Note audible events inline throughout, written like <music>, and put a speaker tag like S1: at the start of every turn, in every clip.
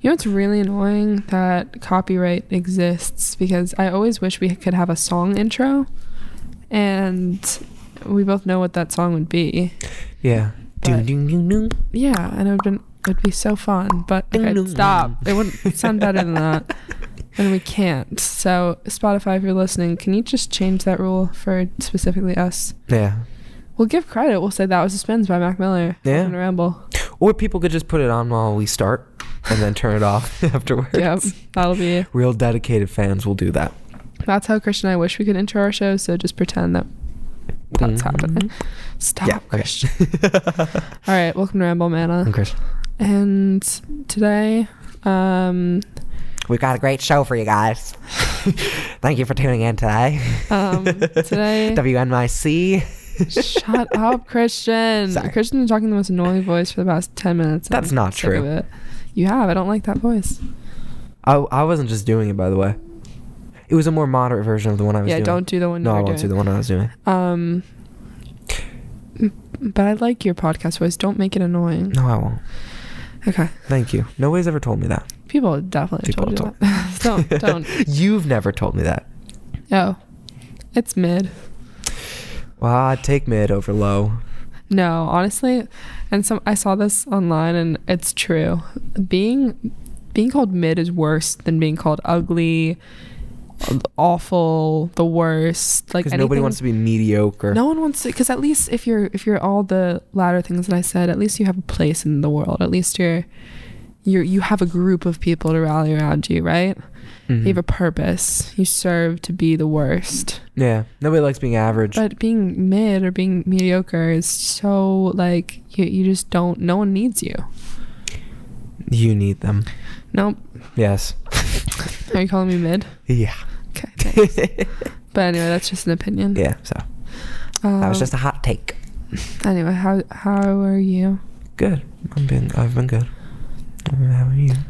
S1: You know, it's really annoying that copyright exists because I always wish we could have a song intro and we both know what that song would be.
S2: Yeah. Dun,
S1: But-
S2: dun, dun, dun.
S1: Yeah, and it would been it'd be so fun, but okay,
S2: Ding-dong.
S1: stop. It wouldn't sound better than that. And we can't. So Spotify, if you're listening, can you just change that rule for specifically us?
S2: Yeah.
S1: We'll give credit. We'll say that was a spins by Mac Miller.
S2: Yeah.
S1: And ramble.
S2: Or people could just put it on while we start and then turn it off <laughs> afterwards.
S1: Yep. That'll be
S2: Real dedicated fans will do that.
S1: that's how Christian and I wish we could intro our show, so just pretend that that's
S2: Mhm.
S1: happening. Stop
S2: Yeah, okay.
S1: Christian.
S2: <laughs>
S1: All right, welcome to Ramble Mana.
S2: And Chris,
S1: And today,
S2: <laughs>
S1: um
S2: we've got a great show for you <laughs> guys. Thank you for tuning in today.
S1: um
S2: <laughs>
S1: today
S2: WNYC.
S1: Shut
S2: <laughs>
S1: up, Christian.
S2: Sorry.
S1: Christian's been talking the most annoying voice for the past 10 minutes. and
S2: That's
S1: I'm
S2: not
S1: sick
S2: true.
S1: of it. You have. I don't like that voice.
S2: I, I wasn't just doing it, by the way. It was a more moderate version of the one I was
S1: yeah,
S2: doing.
S1: don't do the one
S2: No,
S1: you
S2: I
S1: were
S2: won't
S1: doing.
S2: do the one I was doing.
S1: Um, but I like your podcast voice. Don't make it annoying.
S2: No, I won't.
S1: Okay.
S2: Thank you. Nobody's ever told me that.
S1: People have definitely
S2: People
S1: told you
S2: don't.
S1: that. <laughs> don't,
S2: <laughs>
S1: don't.
S2: You've never told me that.
S1: Oh, it's mid.
S2: Well, I'd take mid over low.
S1: No, honestly, and some I saw this online and it's true. Being being called mid is worse than being called ugly, awful, the worst. Like
S2: Because nobody
S1: anything-
S2: wants to be mediocre.
S1: No one wants to because at least if you're if you're all the latter things that I said, at least you have a place in the world. At least you're you are you have a group of people to rally around you, right?
S2: Mhm.
S1: You have a purpose. You serve to be the worst.
S2: yeah. Nobody likes being average.
S1: But being mid or being mediocre is so like you, you just don't. No one needs you.
S2: you need them.
S1: Nope.
S2: Yes.
S1: Are you calling me mid?
S2: <laughs> Yeah.
S1: <laughs> Okay. Thanks. but anyway, that's just an opinion.
S2: Yeah. So
S1: Um,
S2: that was just a hot take. <laughs>
S1: Anyway, how how are you?
S2: Good. I've been. I've been good. How are you? <laughs>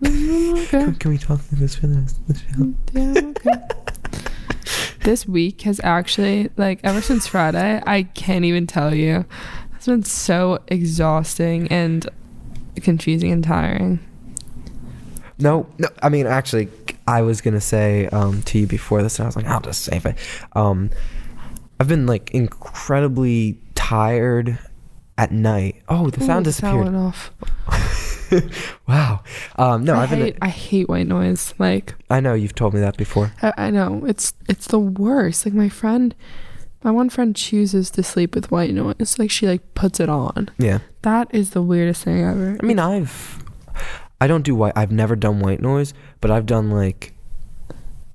S1: Mm,
S2: Can,
S1: okay.
S2: can we talk through this for the, the show?
S1: Yeah. Okay. this week has actually like ever since Friday, I can't even tell you. It's been so exhausting and confusing and tiring.
S2: No, no. I mean, actually, I was gonna say um, to you before this, and I was like, I'll just save it. Um, I've been like incredibly tired at night. Oh, the sound
S1: Ooh, Sound
S2: disappeared.
S1: went off.
S2: <laughs> wow. Um, no,
S1: I
S2: I've been.
S1: hate, I hate white noise. Like
S2: I know you've told me that before.
S1: I, I know it's it's the worst. Like my friend, my one friend chooses to sleep with white noise. Like she like puts it on.
S2: Yeah.
S1: That is the weirdest thing ever.
S2: I mean, I've. I don't do white. I've never done white noise, but I've done like.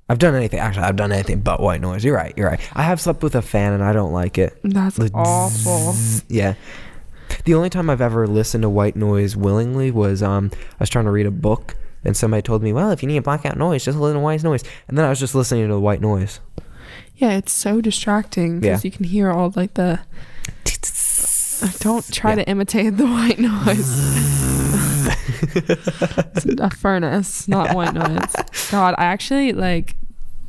S2: I've done anything. Actually, I've done anything but white noise. You're right. You're right. I have slept with a fan, and I don't like it.
S1: that's
S2: The
S1: awful.
S2: zzz- yeah. The only time I've ever listened to white noise willingly was um I was trying to read a book and somebody told me, "Well, if you need a blackout noise, just listen to white noise." And then I was just listening to the white noise.
S1: Yeah, it's so distracting because
S2: Yeah.
S1: you can hear all like the. <laughs> Don't try
S2: Yeah.
S1: to imitate the white
S2: <laughs>
S1: noise. it's a furnace, not white noise. God, I actually like.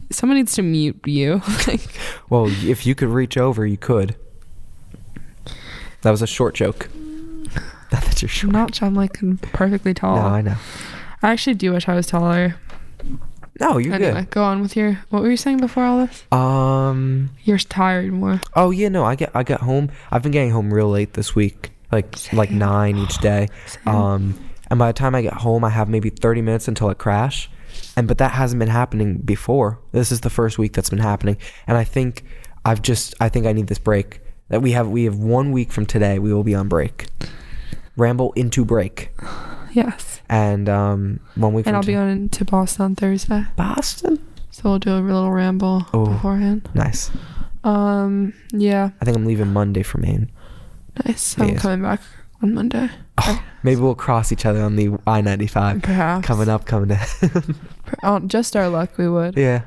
S1: Someone needs to mute you. <laughs> like,
S2: Well, if you could reach over, you could. That was a short joke. <laughs> Not that you're short.
S1: not I'm like perfectly tall.
S2: No, I know.
S1: I actually do wish I was taller.
S2: No, you're
S1: anyway, go on with your. What were you saying before all this?
S2: good. Um.
S1: You're tired more.
S2: Oh yeah, no. I get. I got home. I've been getting home real late this week. Like like
S1: Same.
S2: nine each day. Um. And by the time I get home, I have maybe thirty minutes until I crash. And but that hasn't been happening before. This is the first week that's been happening. And I think I've just. I think I need this break. That we have. We have one week from today. We will be on break. Ramble into break.
S1: Yes.
S2: And um, one week
S1: And
S2: from
S1: I'll be
S2: to-
S1: on to Boston on Thursday.
S2: Boston.
S1: So we'll do a little ramble
S2: Oh.
S1: beforehand.
S2: Nice.
S1: Um, yeah,
S2: I think I'm leaving Monday for Maine.
S1: nice. I'm
S2: Yes.
S1: coming back on Monday.
S2: <laughs> Maybe we'll cross each other on the I ninety five.
S1: Perhaps.
S2: Coming up, coming down. <laughs>
S1: Per- on just our luck, we would.
S2: yeah.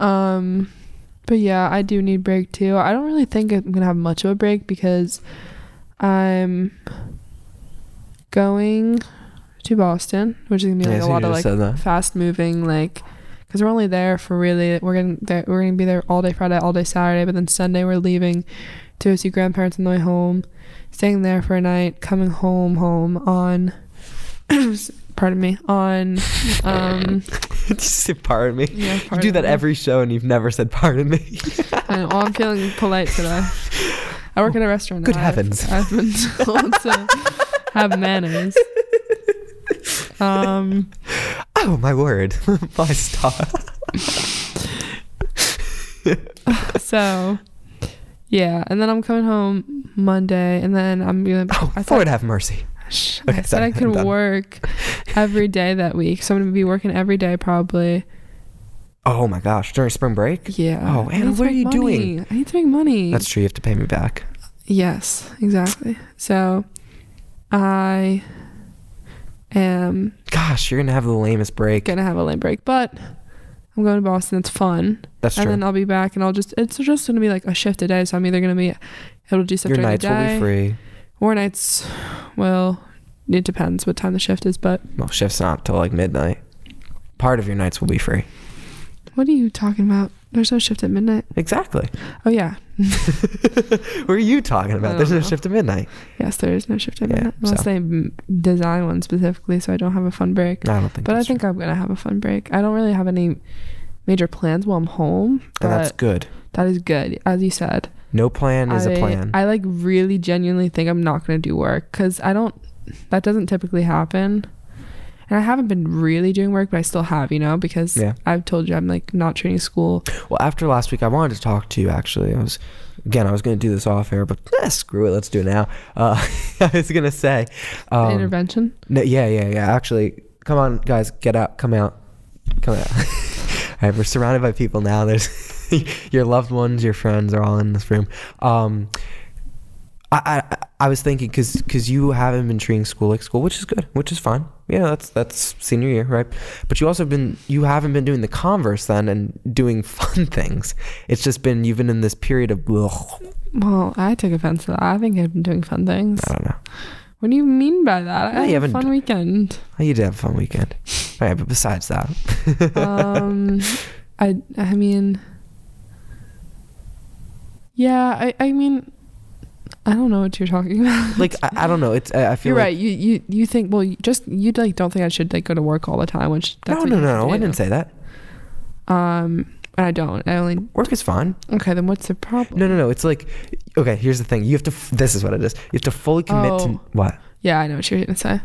S1: Um, but yeah, I do need break too. I don't really think I'm gonna have much of a break because I'm going to Boston, which is gonna be like
S2: Yeah, so
S1: a
S2: you
S1: lot of
S2: just
S1: like
S2: said that.
S1: fast moving like because we're only there for really we're gonna there, we're gonna be there all day Friday, all day Saturday, but then Sunday we're leaving to go see grandparents on the way home, staying there for a night, coming home home on <clears throat> pardon me, on
S2: <laughs>
S1: um
S2: <laughs> Did you say
S1: <laughs>
S2: pardon me?
S1: yeah,
S2: You do that every show and you've never said
S1: <laughs>
S2: pardon me. <laughs>
S1: I know, well, I'm feeling polite today. I work at a restaurant.
S2: Good
S1: now.
S2: heavens.
S1: I've, I've been <laughs> told to have
S2: <laughs>
S1: manners. Um,
S2: oh my word. <laughs> my star.
S1: so yeah, and then I'm coming home Monday, and then I'm gonna.
S2: Oh,
S1: <laughs> I
S2: Lord
S1: thought,
S2: have mercy.
S1: Shh,
S2: Okay,
S1: I said
S2: sorry,
S1: I
S2: I'm
S1: could
S2: done.
S1: work every day that week, so I'm gonna be working every day probably.
S2: Oh my gosh, during spring break?
S1: Yeah.
S2: Oh,
S1: I
S2: Anna,
S1: need to
S2: what are
S1: make
S2: you doing?
S1: money. I need to make money.
S2: That's true, you have to pay me back.
S1: Yes, exactly. So I am
S2: Gosh, you're gonna have the lamest break.
S1: gonna have a lame break, but I'm going to Boston. It's fun,
S2: That's
S1: and
S2: true.
S1: then I'll be back, and I'll just it's just gonna be like a shift a day. So I'm either gonna be able to do stuff
S2: Your
S1: during
S2: nights
S1: the day,
S2: will be free.
S1: or nights. Well, it depends what time the shift is, but
S2: Well, shift's not till like midnight. Part of your nights will be free.
S1: what are you talking about? There's no shift at midnight.
S2: Exactly. <laughs>
S1: Oh yeah,
S2: What are you talking about?
S1: I
S2: There's
S1: don't
S2: no
S1: know.
S2: shift to midnight.
S1: yes, there is no shift at
S2: Yeah,
S1: midnight unless
S2: so.
S1: they mm, design one specifically, so I don't have a fun break.
S2: No, I don't think
S1: But I
S2: that's true.
S1: think I'm gonna have a fun break. I don't really have any major plans while I'm home,
S2: and that's
S1: but
S2: good.
S1: that is good, as you said.
S2: No plan is
S1: I
S2: a plan.
S1: I like really genuinely think I'm not gonna do work because I don't. That doesn't typically happen, and I haven't been really doing work, but I still have, you know, because
S2: Yeah.
S1: I've told you I'm like not treating school.
S2: Well, after last week, I wanted to talk to you. Actually, I was again, I was going to do this off air, but eh, screw it, let's do it now. Uh, <laughs> I was going to say,
S1: the
S2: um,
S1: intervention.
S2: no, yeah, yeah, yeah. Actually, come on, guys, get out, come out, come out. <laughs> all right, we're surrounded by people now. There's <laughs> your loved ones, your friends are all in this room. Um, I, I I was thinking because you haven't been treating school like school, which is good, which is fine. Yeah, that's that's senior year, right? But you also have been you haven't been doing the converse then and doing <laughs> fun things. It's just been you've been in this period of ugh,
S1: Well, I take offense to that. I think I've been doing fun things.
S2: I don't know.
S1: What do you mean by that?
S2: No,
S1: I had
S2: you
S1: a
S2: haven't-
S1: fun weekend.
S2: You did have a fun weekend, all right? But besides that, <laughs>
S1: um, I I mean, yeah, I I mean, I don't know what you're talking <laughs> about.
S2: <laughs> like I, I don't know. It's I, I feel
S1: You're
S2: like,
S1: right. You you you think well, you just you like don't think I should like go to work all the time, which that's
S2: No,
S1: what
S2: no,
S1: you have
S2: no, no.
S1: to
S2: I
S1: do.
S2: didn't say that.
S1: Um, and I don't. I only
S2: Work is fine.
S1: okay. Then what's the problem?
S2: No, no, no. It's like, okay, here's the thing. You have to, f- this is what it is. You have to fully commit to
S1: Oh.
S2: what?
S1: Yeah, I know what you're gonna say.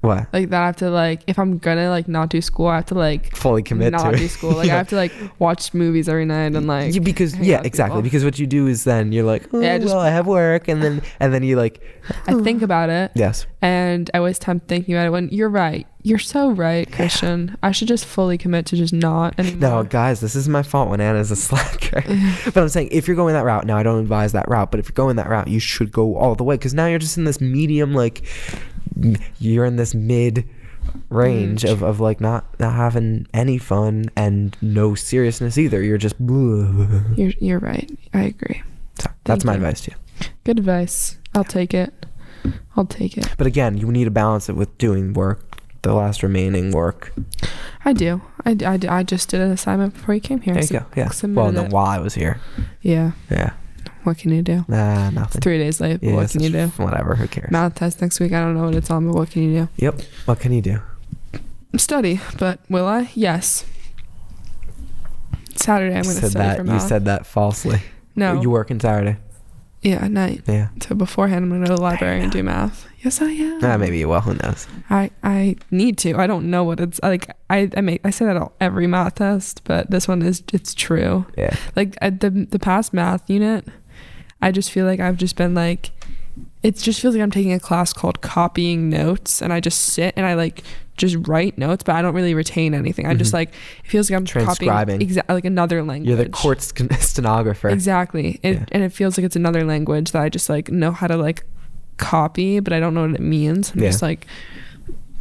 S2: What?
S1: Like that, I have to like if I'm gonna like not do school, I have to like
S2: Fully commit
S1: not
S2: to
S1: do
S2: it.
S1: school.
S2: <laughs>
S1: Like I have to like watch movies every night and like
S2: You- because
S1: hang out
S2: yeah,
S1: with
S2: exactly.
S1: people.
S2: Because what you do is then you're like, oh,
S1: Yeah, I just-
S2: well, I have work, and then and then you like,
S1: I think about it
S2: yes,
S1: and I waste time thinking about it. When you're right, you're so right, Christian. I should just fully commit to just not
S2: no,
S1: anymore.
S2: guys, this is my fault when Anna's a <laughs> slacker.
S1: <laughs>
S2: but I'm saying if you're going that route, now I don't advise that route. But if you're going that route, you should go all the way because now you're just in this medium, like m- you're in this mid range of, of like not not having any fun and no seriousness either. You're just. <laughs>
S1: You're you're right. I agree.
S2: So that's my
S1: you.
S2: advice to you.
S1: Good advice. I'll take it. I'll take it.
S2: But again, you need to balance it with doing work, the last remaining work.
S1: I do. I, d- I, d- I just did an assignment before you came here.
S2: There you
S1: so-
S2: go. Yeah.
S1: submitted
S2: Well, and then
S1: it.
S2: while I was here.
S1: Yeah.
S2: Yeah.
S1: What can you do?
S2: Nah,
S1: It's
S2: nothing.
S1: three days late. but
S2: Yeah,
S1: what
S2: it's
S1: can you do?
S2: just Whatever. Who cares?
S1: Math test next week. I don't know what it's on, but what can you
S2: Yep. What can you do?
S1: do? Study. But will I? Yes. Saturday, I'm
S2: you
S1: going to
S2: said
S1: study
S2: that.
S1: for
S2: You
S1: math.
S2: said that falsely.
S1: no.
S2: You work on Saturday.
S1: yeah, at night.
S2: Yeah.
S1: So beforehand, I'm going to go to the library and do math. Yes, I am.
S2: Ah, maybe you will. Who knows?
S1: I I need to. I don't know what it's like. I I make I say that on every math test, but this one is it's true.
S2: Yeah.
S1: Like at the the past math unit, I just feel like I've just been like, it just feels like I'm taking a class called copying notes, and I just sit and I like just write notes, but I don't really retain anything. I just
S2: Mhm.
S1: like it feels like I'm
S2: Transcribing.
S1: copying exa- like another language.
S2: You're the court sten- stenographer.
S1: Exactly. It,
S2: Yeah.
S1: And it feels like it's another language that I just like know how to like copy, but I don't know what it means. I'm
S2: Yeah.
S1: just like,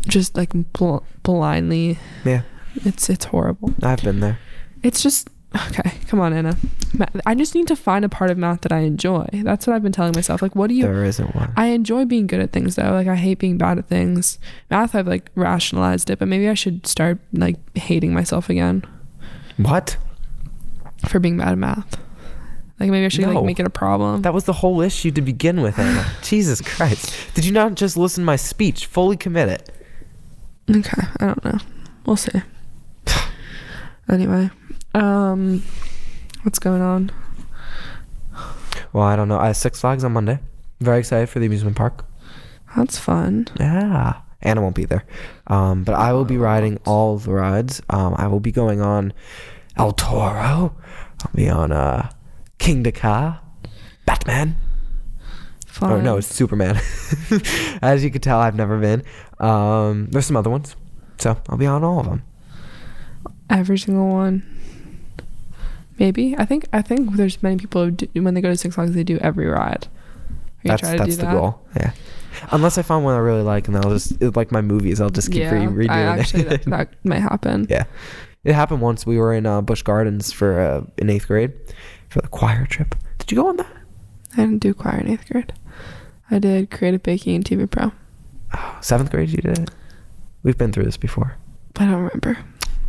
S1: just like bl- blindly.
S2: Yeah.
S1: It's it's horrible.
S2: I've been there.
S1: It's just okay. Come on, Anna. Ma- I just need to find a part of math that I enjoy. That's what I've been telling myself. Like, what do you?
S2: there isn't one.
S1: I enjoy being good at things though. Like I hate being bad at things. Math, I've like rationalized it, but maybe I should start like hating myself again
S2: what?
S1: for being bad at math. Like maybe I should
S2: No.
S1: like make it a problem.
S2: That was the whole issue
S1: <sighs>
S2: to begin with, Anna. Jesus Christ. Did you not just listen to my speech? Fully commit it.
S1: Okay, I don't know. We'll see. <sighs> anyway, um, what's going on?
S2: Well, I don't know. I have Six Flags on Monday. Very excited for the amusement park.
S1: That's fun.
S2: Yeah. Anna won't be there. Um, but I will be riding all the rides. Um, I will be going on El Toro. I'll be on uh, King Dakar, Batman.
S1: Fun.
S2: Oh, no, it's Superman. <laughs> As you can tell, I've never been. Um, there's some other ones. So I'll be on all of them.
S1: every single one. Maybe I think I think there's many people who do, when they go to Six Flags they do every ride. Are you
S2: That's
S1: trying to
S2: that's
S1: do
S2: the
S1: that?
S2: goal. Yeah. Unless I find one I really like, and then I'll just it- like my movies. I'll just keep
S1: yeah,
S2: re- redoing
S1: I actually
S2: it. <laughs>
S1: that, that might happen.
S2: Yeah. It happened once. We were in uh, Bush Gardens for uh, in eighth grade for the choir trip. Did you go on that?
S1: I didn't do choir in eighth grade. I did creative baking and TV pro,
S2: Oh, seventh grade, you did it. We've been through this before.
S1: but I don't remember.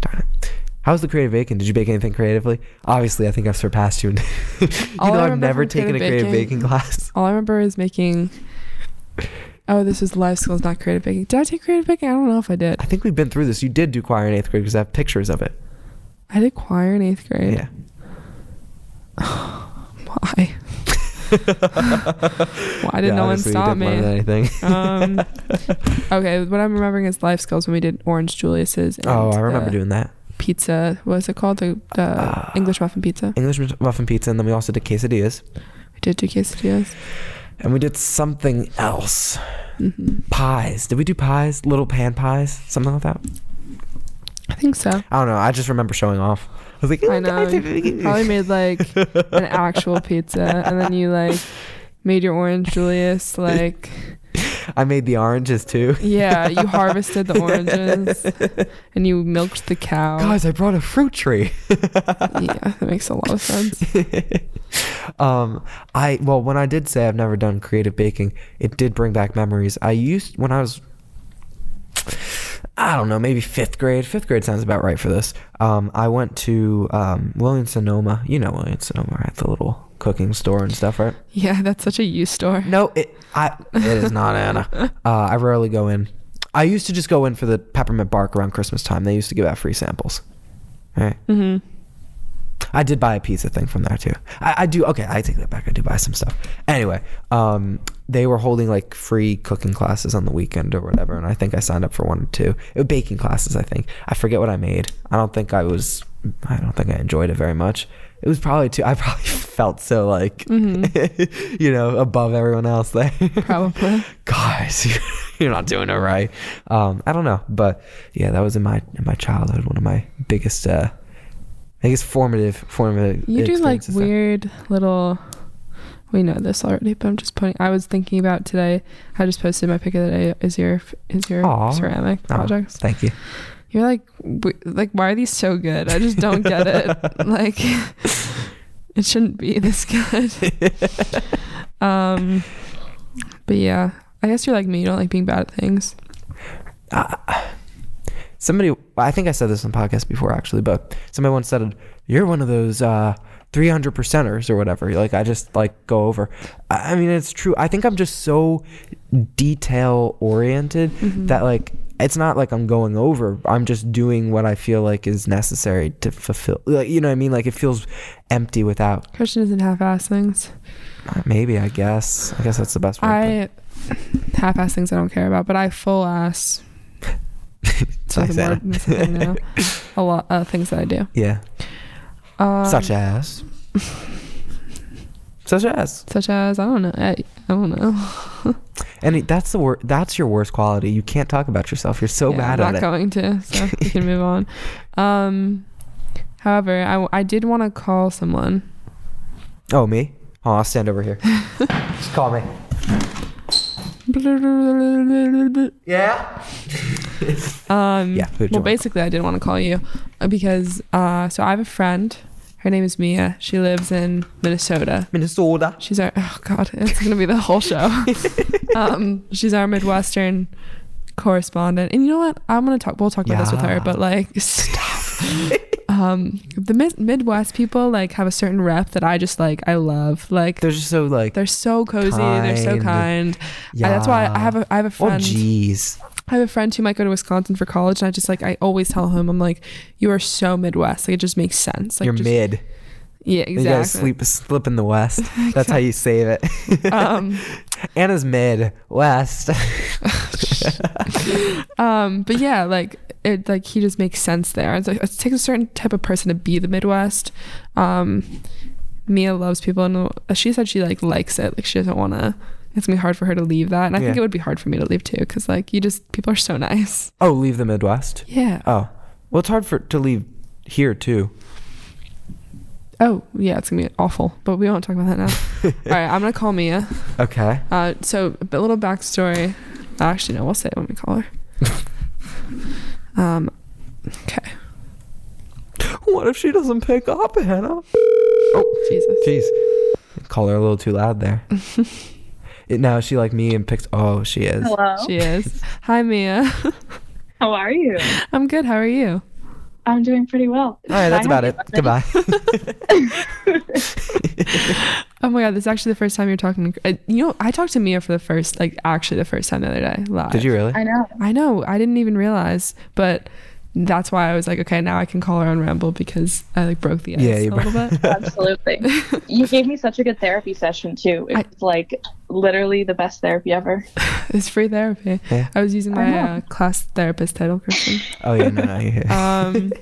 S2: Darn it. How's the creative baking? Did you bake anything creatively? Obviously, I think I've surpassed you. in- <laughs> you
S1: All I
S2: know, I've
S1: remember
S2: never
S1: from
S2: taken a
S1: creative
S2: creative
S1: baking-
S2: baking <laughs> class.
S1: All I remember is making. Oh, this was life skills, not creative baking. Did I take creative baking? I don't know if I did.
S2: I think we've been through this. You did do choir in eighth grade because I have pictures of it.
S1: I did choir in eighth grade. <laughs>
S2: Yeah.
S1: Why? Why did
S2: Yeah,
S1: no one
S2: obviously you
S1: stop
S2: did more
S1: me? <laughs>
S2: than anything.
S1: Um, okay, what I'm remembering is life skills when we did Orange Julius's. And
S2: oh, I remember
S1: the
S2: doing that.
S1: pizza. What was it called? The, the
S2: Uh,
S1: English muffin pizza.
S2: English muffin pizza, and then we also did quesadillas,
S1: We did do quesadillas.
S2: and we did something else.
S1: hmm
S2: pies. Did we do pies? Little pan pies? Something like that?
S1: I think so.
S2: I don't know. I just remember showing off. I was like,
S1: I know. You probably made like an actual pizza, and then you like made your orange Julius. Like,
S2: <laughs> I made the
S1: <laughs>
S2: oranges too.
S1: yeah, you harvested the oranges, and you milked the cow.
S2: Guys, I brought a fruit tree.
S1: Yeah, that makes a lot of sense.
S2: <laughs> um, I well, when I did say I've never done creative baking, it did bring back memories. I used when I was, I don't know, maybe fifth grade. Fifth grade sounds about right for this. Um, I went to um, William Sonoma. You know William Sonoma, right? The little cooking store and stuff, right?
S1: Yeah, that's such a you store.
S2: No, it I it is not Anna. Uh, I rarely go in. I used to just go in for the peppermint bark around Christmas time. They used to give out free samples. Right.
S1: hmm
S2: I did buy a pizza thing from there too. I, I do. Okay, I take that back. I do buy some stuff. Anyway, um, they were holding like free cooking classes on the weekend or whatever, and I think I signed up for one or two. It was baking classes, I think. I forget what I made. I don't think I was. I don't think I enjoyed it very much. It was probably too. I probably <laughs> felt so like, <laughs> you know, above everyone else there.
S1: Probably.
S2: <laughs> Guys, you're not doing it right. Um, I don't know, but yeah, that was in my in my childhood. One of my biggest. Uh, I guess formative, formative.
S1: You do like
S2: experiences there.
S1: weird little. We know this already, but I'm just putting. I was thinking about today. I just posted my pick of the day. Is your is your
S2: Aw.
S1: ceramic
S2: Oh,
S1: projects?
S2: Thank you.
S1: You're like, w- like, why are these so good? I just don't get
S2: <laughs>
S1: it. Like, it shouldn't be this good.
S2: <laughs>
S1: um, but yeah, I guess you're like me. You don't like being bad at things.
S2: Somebody, I think I said this on the podcast before actually, but somebody once said, "You're one of those uh, 300 percenters or whatever." Like I just like go over. I I mean, it's true. I think I'm just so detail oriented
S1: Mm-hmm.
S2: that like it's not like I'm going over. I'm just doing what I feel like is necessary to fulfill. Like you know what I mean? Like it feels empty without.
S1: Christian doesn't half-ass things.
S2: Maybe I guess. I guess that's the best. way to put it.
S1: I half-ass things I don't care about, but I full-ass.
S2: It's
S1: So
S2: nice,
S1: the
S2: Anna.
S1: word that's the thing now.
S2: <laughs>
S1: a lot of things that I do.
S2: <laughs> Yeah.
S1: Um,
S2: Such as. <laughs> Such as.
S1: such as I don't know. eh, I, I don't know.
S2: And it- that's the wor- that's your worst quality. You can't talk about yourself. You're <laughs> so
S1: Yeah,
S2: bad
S1: I'm
S2: at
S1: not
S2: it.
S1: going to. So we can move
S2: <laughs>
S1: on. Um, however, I, w- I did want to call someone.
S2: oh, me? Oh, I'll stand over <laughs> here. Just call me. Yeah?
S1: Um,
S2: Yeah, who'd you
S1: well,
S2: wanna
S1: basically, I did want to call you uh, because uh, so I have a friend. Her name is Mia. She lives in Minnesota.
S2: Minnesota.
S1: She's our oh god, <laughs> it's gonna be the whole
S2: <laughs>
S1: show. um, she's our Midwestern correspondent, and you know what? I'm gonna talk. We'll talk about this with her,
S2: Yeah.
S1: but like, <laughs> stop.
S2: <laughs>
S1: um, the mid- Midwest people like have a certain rep that I just like. I love like
S2: They're just so like.
S1: they're so cozy. They're so kind.
S2: yeah.
S1: I- that's why I have a I have a
S2: Oh,
S1: friend.
S2: jeez.
S1: I have a friend who might go to Wisconsin for college, and I just like I always tell him, I'm like, you are so Midwest. Like it just makes sense. Like
S2: You're
S1: just-
S2: mid.
S1: Yeah, exactly.
S2: You gotta sleep, slip in the <laughs> West.
S1: <laughs>
S2: That's how you save it. <laughs>
S1: Um,
S2: Anna's mid West.
S1: um, but yeah, like it, like he just makes sense there. It's like it takes a certain type of person to be the Midwest. Um, Mia loves people, and uh, she said she like likes it. Like she doesn't want to. It's gonna be hard for her to leave that, and I think
S2: Yeah.
S1: it would be hard for me to leave too, because like you just people are so <laughs> nice.
S2: <laughs> oh, leave the Midwest.
S1: Yeah.
S2: Oh, well, it's hard for to leave here too.
S1: Oh yeah, it's gonna be awful, but we won't talk about that now. All right, I'm gonna call Mia.
S2: Okay.
S1: Uh, so a bit- little backstory. Actually, no, we'll say it when we call her. um, okay.
S2: What if she doesn't pick up, Hannah? Oh,
S1: Jesus.
S2: jeez. Call her a little too loud
S3: <laughs>
S2: there. it, now is she like me and picks. Oh, she is.
S3: Hello.
S1: She is. Hi, Mia. <laughs>
S3: How are you?
S1: I'm good. How are you?
S3: I'm doing pretty well.
S2: All right, that's
S3: I
S2: about it.
S3: have
S2: Goodbye.
S3: <laughs>
S1: Oh my god, this is actually the first time you're talking. To, uh, you know, I talked to Mia for the first, like, actually the first time the other day. Live.
S2: Did you really?
S3: I know.
S1: I know. I didn't even realize, but that's why I was like, okay, now I can call her on Ramble because I like broke the ice
S2: Yeah,
S1: a
S2: you bro-
S1: little
S2: <laughs>
S1: bit.
S3: Absolutely. you gave me such a good therapy session too. It
S1: I-
S3: was like literally the best therapy ever.
S1: It's free therapy.
S2: Yeah.
S1: I was using
S3: I
S1: my
S3: know.
S1: uh, class therapist title, Kristen.
S2: Oh yeah, no, no. Yeah.
S3: Uh,
S2: <laughs>
S1: um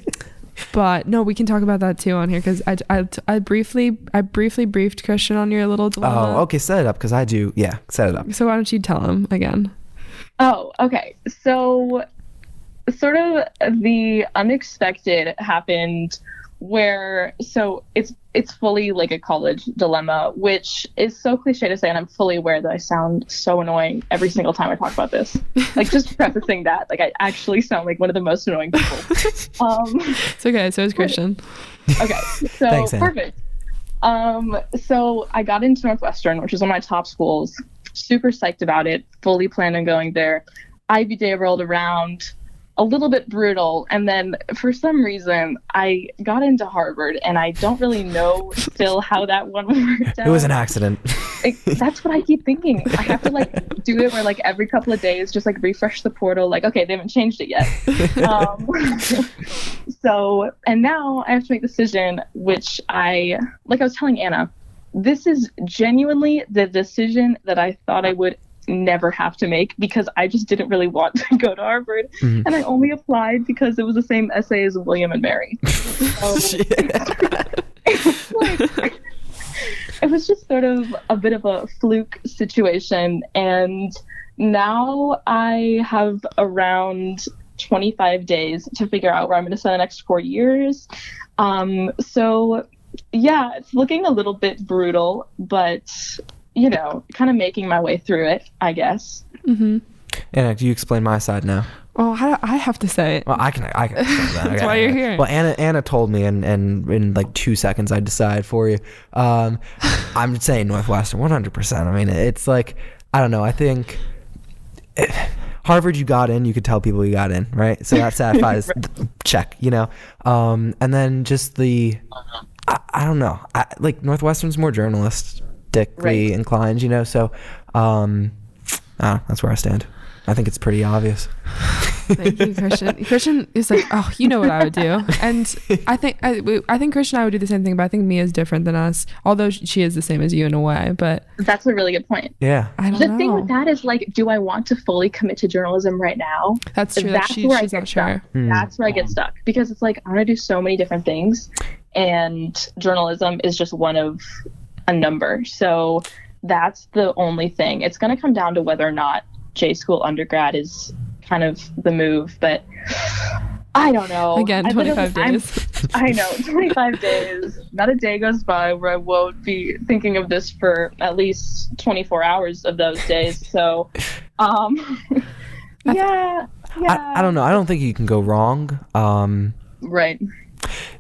S1: but no we can talk about that too on here because I, I i briefly i briefly briefed christian on your little dilemma
S2: oh, okay. Set it up because I do. Yeah, set it up.
S1: so why don't you tell him again
S3: Oh, okay. So, sort of the unexpected happened where so it's it's fully like a college dilemma which is so cliche to say and i'm fully aware that i sound so annoying every single time i talk about this like just prefacing that like i actually sound like one of the most annoying people um
S1: it's okay so is christian
S3: okay so
S2: Thanks, Anna.
S3: perfect um so i got into northwestern which is one of my top schools super psyched about it fully planned on going there ivy day rolled around a little bit brutal and then for some reason i got into harvard and i don't
S2: <laughs>
S3: really know still how that one <laughs> worked out
S2: It was an accident.
S3: Like, that's what i keep thinking i have to like do it where like every couple of days just like refresh the portal like okay they haven't changed it yet um, <laughs> so and now i have to make a decision which i like i was telling anna this is genuinely the decision that i thought i would never have to make because i just didn't really want <laughs> to go to harvard
S2: Mhm.
S3: and i only applied because it was the same essay as william and mary
S2: <laughs>
S3: so like, it was just sort of a bit of a fluke situation and now i have around 25 days to figure out where i'm going to spend the next four years um, so yeah it's looking a little bit brutal but you know kind of making my way through it i guess
S1: mm-hmm.
S2: Anna, do you explain my side now?
S1: oh how do i have to say it
S2: Well, I can.
S1: <laughs>
S2: I can. explain that.
S1: That's
S2: Okay.
S1: why you're here.
S2: Well, Anna. Anna told me, and and in like two seconds, I decide for you.
S1: <laughs>
S2: Um, I'm saying Northwestern, 100. percent I mean, it's like I don't know. I think. Harvard, you got in. You could tell people you got in, right? So
S1: <laughs>
S2: that satisfies check, you know. Um, and then just the, I, I don't know, I, like Northwestern's more journalistically
S3: Right.
S2: inclined, you know. So, um, I don't know, that's where I stand. I think it's pretty obvious.
S1: thank you christian christian is like oh you know what i would do and i think i, we- I think christian and i would do the same thing but i think mia's different than us although sh- she is the same as you in a way but
S3: that's a really good point
S2: <laughs> Yeah.
S1: i don't
S3: the
S1: know
S3: thing with that is like do i want to fully commit to journalism right now
S1: that's true like,
S3: that's
S1: she,
S3: where I
S1: she's
S3: get
S1: not sure
S2: Hmm.
S3: that's where I get stuck because it's like I want to do so many different things, and journalism is just one of a number. So that's the only thing. It's going to come down to whether or not J school undergrad is kind of the move, but <sighs> I don't know.
S1: again
S3: I
S1: 25
S3: literally- I'm-
S1: days
S3: <laughs> I know, 25 days. Not a day goes by where I won't be thinking of this for at least 24 hours of those days. So, um, <laughs> yeah, yeah.
S2: I, I don't know. I don't think you can go wrong. Um,
S3: Right.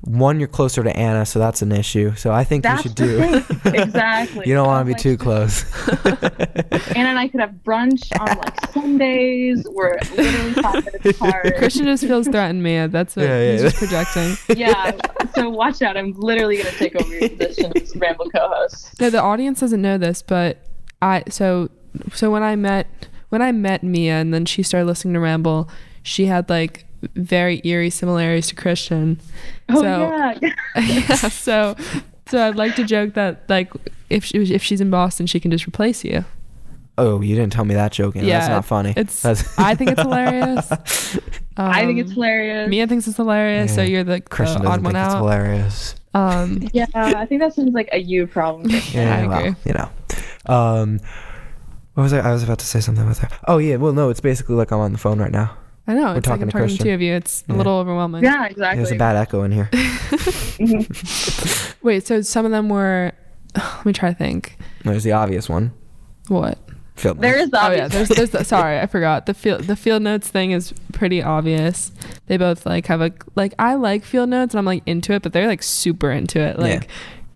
S2: one, you're closer to Anna, so that's an issue. So I think
S3: That's
S2: you should
S3: the
S2: do.
S3: thing. exactly.
S2: <laughs> you don't want to
S3: I'm
S2: be too
S3: <laughs>
S2: close.
S3: like, Anna and I could have brunch on like
S2: <laughs>
S3: Sundays. We're literally five minutes apart.
S1: Christian just feels threatened, Mia. That's what
S2: Yeah, yeah.
S1: he's just projecting.
S3: yeah. So watch out. I'm literally gonna take over your position as Ramble co-host.
S1: No, the audience doesn't know this, but I so so when I met when I met Mia and then she started listening to Ramble, she had like very eerie similarities to Christian.
S3: Oh
S1: so,
S3: yeah. <laughs>
S1: <laughs>
S2: um,
S1: yeah, so so I'd like to joke that like if she, if she's in Boston, she can just replace you.
S2: Oh, you didn't tell me that joke. Anna. that's
S1: Yeah,
S2: not funny.
S1: it's-
S2: That's-
S1: I think it's hilarious.
S3: I
S1: Um,
S3: think it's hilarious.
S1: Mia thinks it's hilarious, so
S2: Yeah.
S1: you're the, the
S2: <laughs> Christian
S1: Uh, odd
S2: doesn't
S1: one
S2: think it's
S1: out.
S2: hilarious. <laughs>
S1: Um,
S3: yeah, I think that seems like a you problem.
S1: Yeah, I agree.
S2: you know. Um, what was I? I was about to say something about that. Oh yeah, well no, it's basically like I'm on the phone right now.
S1: I know. it's like
S2: talking
S1: I'm
S2: to
S1: talking to
S2: Christian.
S1: two of you. It's a
S2: Yeah.
S1: little overwhelming.
S3: yeah, exactly.
S2: There's a bad echo in here.
S3: <laughs>
S1: Wait, so some of them were. <sighs> Let me try to think.
S2: There's the obvious one.
S1: What?
S2: Field
S3: There
S2: notes.
S3: is
S1: Oh yeah,
S3: obviously.
S1: there's, there's the, sorry, I forgot. The field the field notes thing is pretty obvious. They both like have a like I like field notes and I'm like into it, but they're like super into it.
S2: Yeah.
S1: Like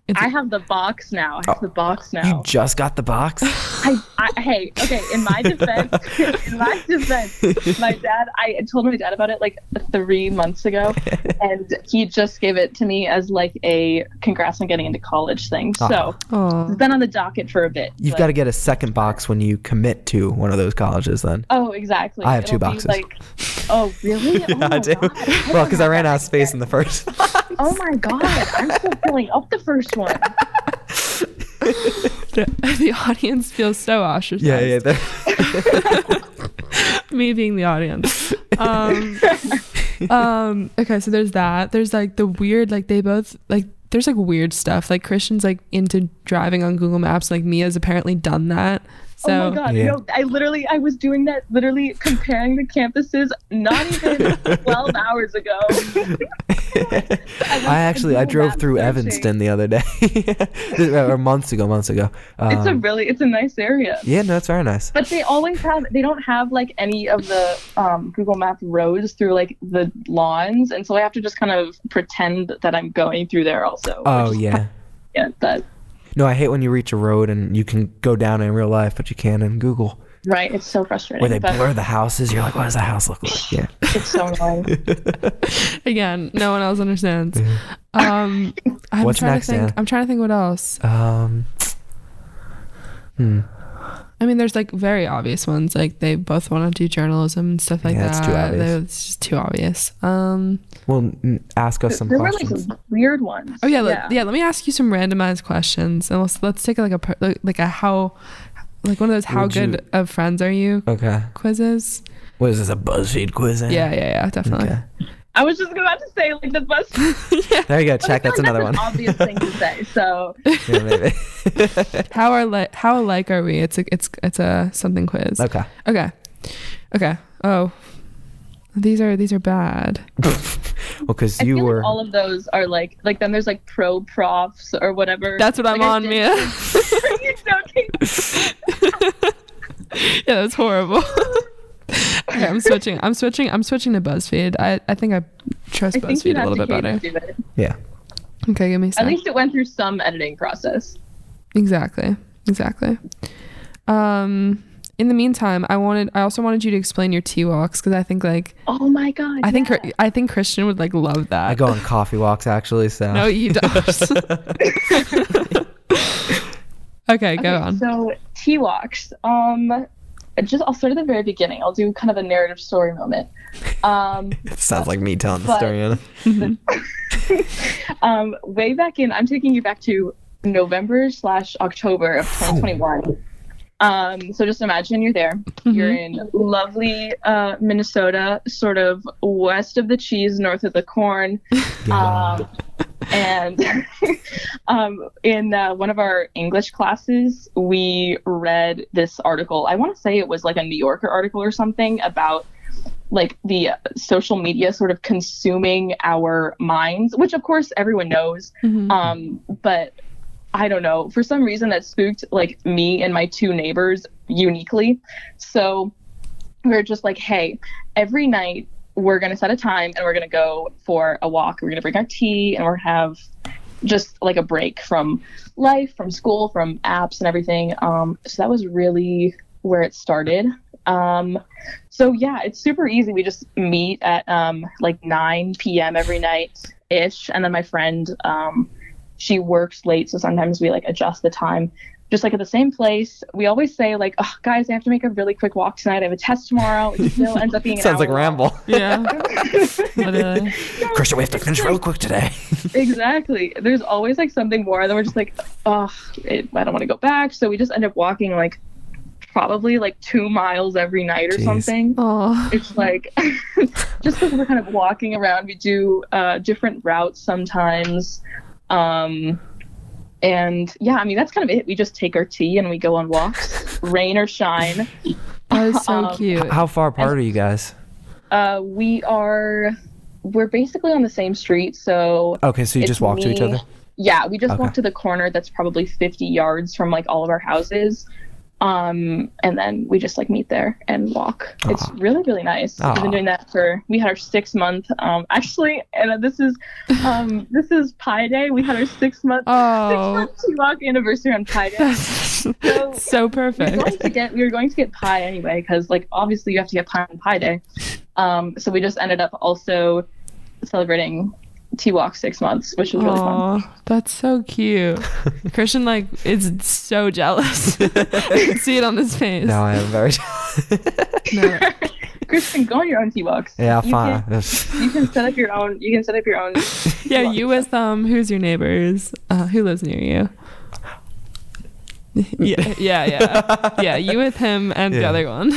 S1: it's
S3: <laughs> I have the box now. I have
S2: Oh.
S3: the box
S2: You
S3: now.
S2: just got the
S3: <laughs>
S2: box.
S3: I, I, hey, okay. In
S2: <laughs>
S3: my defense, in my defense, my dad. I told my dad about it like three months
S2: <laughs>
S3: ago, and he just gave it to me as like a congrats on getting into college thing. So
S1: aw.
S3: it's been on the docket for a bit.
S2: Ah. You've
S3: but-
S2: got to get a second box when you commit to one of those colleges. Then.
S3: Oh, exactly.
S2: I have two
S3: be,
S2: boxes.
S3: Like, oh, really? Oh
S2: <laughs> yeah,
S3: my
S2: I do.
S3: God.
S2: Well, because I ran out of space in the
S3: <laughs>
S2: first.
S3: Oh my god, I'm still filling up the first one.
S1: <laughs> the audience feels so ostracized.
S2: <laughs> yeah, yeah.
S3: <laughs>
S2: there-
S1: Me being the
S2: <laughs>
S1: audience. Um, um okay, so there's that. There's like the weird like they both like there's like weird stuff. Like Christian's like into driving on Google Maps, like Mia's apparently done that. So
S3: oh my god,
S2: Yeah.
S3: no, I literally I was doing that literally comparing the campuses not even
S2: <laughs>
S3: 12 hours ago.
S2: I actually I drove through Evanston the other day, <laughs> or months ago, months ago.
S3: It's a
S2: Um,
S3: really it's a nice area.
S2: yeah, no, it's very nice.
S3: But they always have they don't have like any of the um, Google Map roads through like the lawns and so I have to just kind of pretend that I'm going through there also.
S2: Oh
S3: which is-
S2: yeah.
S3: yeah, that
S2: No, I hate when you reach a road and you can go down in real life, but you can in Google,
S3: right, it's so frustrating.
S2: where they
S3: but
S2: blur the houses. You're like, what does that house look
S3: <laughs>
S2: like? Yeah.
S3: it's
S2: <laughs>
S3: so annoying.
S1: Again, no one else understands. Um, I'm
S2: What's
S1: trying
S2: next,
S1: to think.
S2: Anna?
S1: I'm trying to think what else.
S2: Um. Hmm.
S1: I mean, there's like very obvious ones. Like they both want to do journalism and stuff like
S2: Yeah,
S1: that.
S2: it's too obvious.
S1: They- It's just too obvious. Um,
S2: Well, n- ask us some
S3: There were
S2: questions.
S3: like weird ones.
S1: oh yeah, le- yeah. Let me ask you some randomized questions, and let's let's take like a per- like- like a how, like one of those how
S2: Would you- Uh,
S1: good of friends are you
S2: okay.
S1: quizzes.
S2: What is this a BuzzFeed quiz? Anna?
S1: Yeah, yeah, yeah. Definitely.
S2: Okay.
S3: I was just about to say like the
S2: <laughs>
S3: bus. <laughs>
S2: There you go. Check.
S3: I feel
S2: That's
S3: like
S2: another
S3: an
S2: one.
S3: obvious thing to say. So
S2: Yeah, maybe.
S1: How are like how alike are we? It's a it's it's a something quiz.
S2: <laughs> okay.
S1: Okay. Okay. Oh. These are these are bad. <laughs>
S2: well, because
S3: I
S2: you
S3: feel
S2: were.
S3: like all of those are like like then there's like pro profs or whatever.
S1: That's what I'm
S3: Like, I
S1: on,
S3: did-
S1: Mia.
S3: <laughs> Are you
S1: <laughs>
S3: joking?
S1: yeah, that's horrible. <laughs> okay, I'm switching. I'm switching. I'm switching to BuzzFeed. I, I think I trust
S3: I think you
S1: BuzzFeed a
S3: have
S1: little
S3: to
S1: bit better.
S3: do it.
S2: yeah.
S1: Okay, give me a
S3: At
S1: sec.
S3: least it went through some editing process.
S1: Exactly. Exactly. Um in the meantime, I wanted I also wanted you to explain your tea walks cuz I think like
S3: Oh my god.
S1: I think
S3: yeah.
S1: Chr- I think Christian would like love that.
S2: I go on coffee walks actually. So.
S1: No, you
S2: <laughs>
S1: don't. okay, go
S3: Okay,
S1: on.
S3: So T walks. Um, just I'll start at the very beginning. I'll do kind of a narrative story moment. Um,
S2: <laughs> Sounds like me telling the
S3: But-
S2: story. Anna.
S3: um, way back in, I'm taking you back to November slash October of 2021. Um, so just imagine you're there. You're in lovely uh, Minnesota, sort of west of the cheese, north of the corn.
S2: Yeah.
S3: Um, and <laughs> um, in uh, one of our English classes, we read this article. I want to say it was like a New Yorker article or something about like the uh, social media sort of consuming our minds, which of course everyone knows.
S1: Mhm.
S3: Um, but I don't know. For some reason, that spooked like me and my two neighbors uniquely. So we were just like, hey, every night we're going to set a time and we're going to go for a walk. We're going to bring our tea and we're going to have just like a break from life, from school, from apps and everything. Um, so that was really where it started. Um, so yeah, it's super easy. We just meet at um, like 9 p.m. every night ish, and then my friend, um, she works late, so sometimes we like adjust the time. just like at the same place. We always say like, oh, guys, I have to make a really quick walk tonight. I have a test tomorrow. It still ends up being
S2: <laughs>
S3: an
S2: Sounds like
S3: hour long.
S2: ramble.
S1: <laughs> Yeah. Literally.
S2: Christian, we have to finish real quick today.
S3: exactly. There's always like something more, and then we're just like, oh, it, I don't want to go back. So we just end up walking like probably like two miles every night or
S2: Jeez.
S3: something.
S1: Oh.
S3: it's like <laughs> just because we're kind of walking around we do uh, different routes sometimes um, and yeah i mean that's kind of it we just take our tea and we go on walks rain or shine
S1: That is so
S3: Um,
S1: cute.
S3: <laughs>
S2: H- How far apart are you guys?
S3: uh, we are we're basically on the same street so
S2: Okay, so you
S3: It's
S2: just walk to each
S3: me.
S2: other.
S3: yeah we just
S2: Okay.
S3: walk to the corner that's probably 50 yards from like all of our houses um and then we just like meet there and walk it's
S2: Aw.
S3: really really nice we've
S2: Aw.
S3: been doing that for we had our six month um actually and this is um
S2: <laughs>
S3: this is pi day we had our six month
S1: Oh.
S3: six month walk anniversary on pi
S2: <laughs>
S3: day
S1: That's <laughs>
S3: So-
S1: so
S3: we were
S1: perfect.
S3: going to get we were going to get pie anyway because like obviously you have to get pie on pie day um so we just ended up also celebrating t walk six months which was really fun
S1: Aw, that's so
S2: <laughs>
S1: cute. Christian like is so jealous. You
S3: <laughs>
S1: can See it on his face.
S2: No, I am very. <laughs>
S1: No.
S3: Kristen, go on your own T box.
S2: yeah,
S3: you
S2: fine. <laughs>
S3: Can, you can set up your own. You can set up your own.
S1: Yeah, you with um, who's your neighbors? Uh, who lives near
S2: <laughs>
S1: you? yeah, <laughs> yeah, yeah, yeah. You with him and the
S2: Yeah.
S1: other one.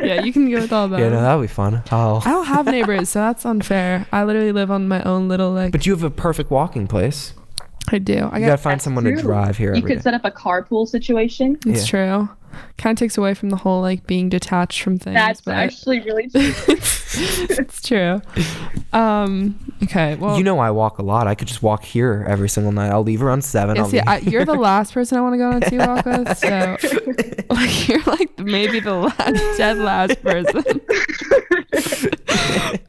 S1: <laughs> <laughs> yeah, you can go with all that.
S2: <laughs> yeah, no, that'll be fun.
S1: I
S2: Oh,
S1: don't have neighbors, so that's unfair. I literally live on my own little like.
S2: but you have a perfect walking place.
S1: I do. I
S2: You gotta
S1: got.
S2: find someone to
S3: True.
S2: drive here
S3: You
S2: every
S3: could
S2: day.
S3: set up a carpool situation.
S1: It's true. Kind of takes away from the whole like being detached from things.
S3: That's
S1: but
S3: actually really true.
S1: it's true. Um. Okay. Well.
S2: you know I walk a lot. I could just walk here every single night. I'll leave around seven.
S1: Yeah,
S2: I'll
S1: see,
S2: be-
S1: I, you're the last person I want to go on a tea walk with, so like you're like maybe the last, dead last person.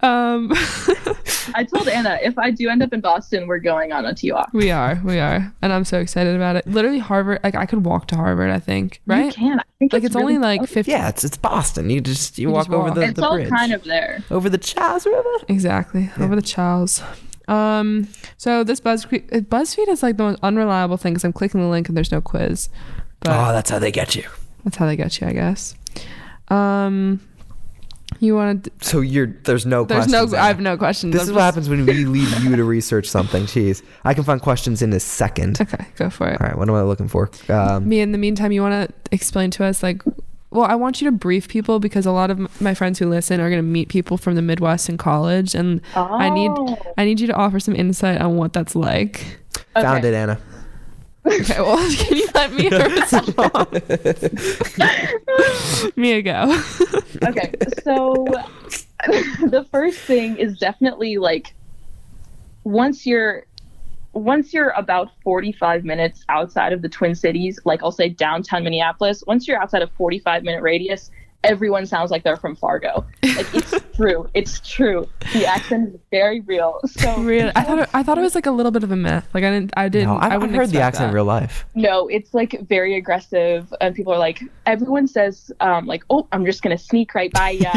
S1: um,
S3: I told Anna if I do end up in Boston, we're going on a T walk.
S1: we are, we are, and I'm so excited about it. Literally, Harvard. Like I could walk to Harvard, I think,
S3: You
S1: right?
S3: can. I think
S1: Like it's,
S3: really
S1: only like
S3: close.
S1: 50.
S2: yeah, it's it's Boston. You just you,
S1: You
S2: walk
S1: just
S2: over
S1: walk.
S2: the,
S3: It's
S2: the
S3: all
S2: bridge.
S3: kind of there.
S2: over the Chaz River.
S1: Exactly. Over the chows. Um, so this BuzzFeed, uh, BuzzFeed is like the most unreliable thing because I'm clicking the link and there's no quiz. But
S2: Oh, that's how they get you.
S1: that's how they get you, I guess. Um, you want to?
S2: So you're there's no
S1: There's no.
S2: questions
S1: I
S2: there.
S1: have no questions.
S2: This
S1: I'm
S2: is what
S1: just-
S2: happens when we leave you to research something. Jeez, I can find questions in
S1: <laughs>
S2: a second.
S1: Okay, go for it.
S2: All right, what am I looking for? Um,
S1: Me, in the meantime, you want to explain to us, like, well, I want you to brief people because a lot of m- my friends who listen are going to meet people from the Midwest in college, and I need
S3: Oh.
S1: I need you to offer some insight on what that's like.
S2: Found
S3: Okay.
S1: <laughs>
S2: it, Anna.
S1: Okay, well, <laughs> can you let me <laughs> Mia go?
S2: <laughs>
S3: okay, so <laughs> the first thing is definitely like once you're once you're about 45 minutes outside of the Twin Cities, like I'll say downtown Minneapolis, once you're outside of 45 minute radius, everyone sounds like they're from Fargo. Like it's true. It's true. The accent is very real. So
S1: <laughs> Really, I thought it, I thought it was like a little bit of a myth. Like I didn't, I didn't,
S2: No, I've,
S1: I
S2: I've
S1: wouldn't
S2: heard the
S1: expect
S2: accent in
S1: that.
S2: real life. <laughs>
S3: No, it's like very aggressive, and people are like, everyone says, um, like, oh, I'm just gonna sneak right by you, like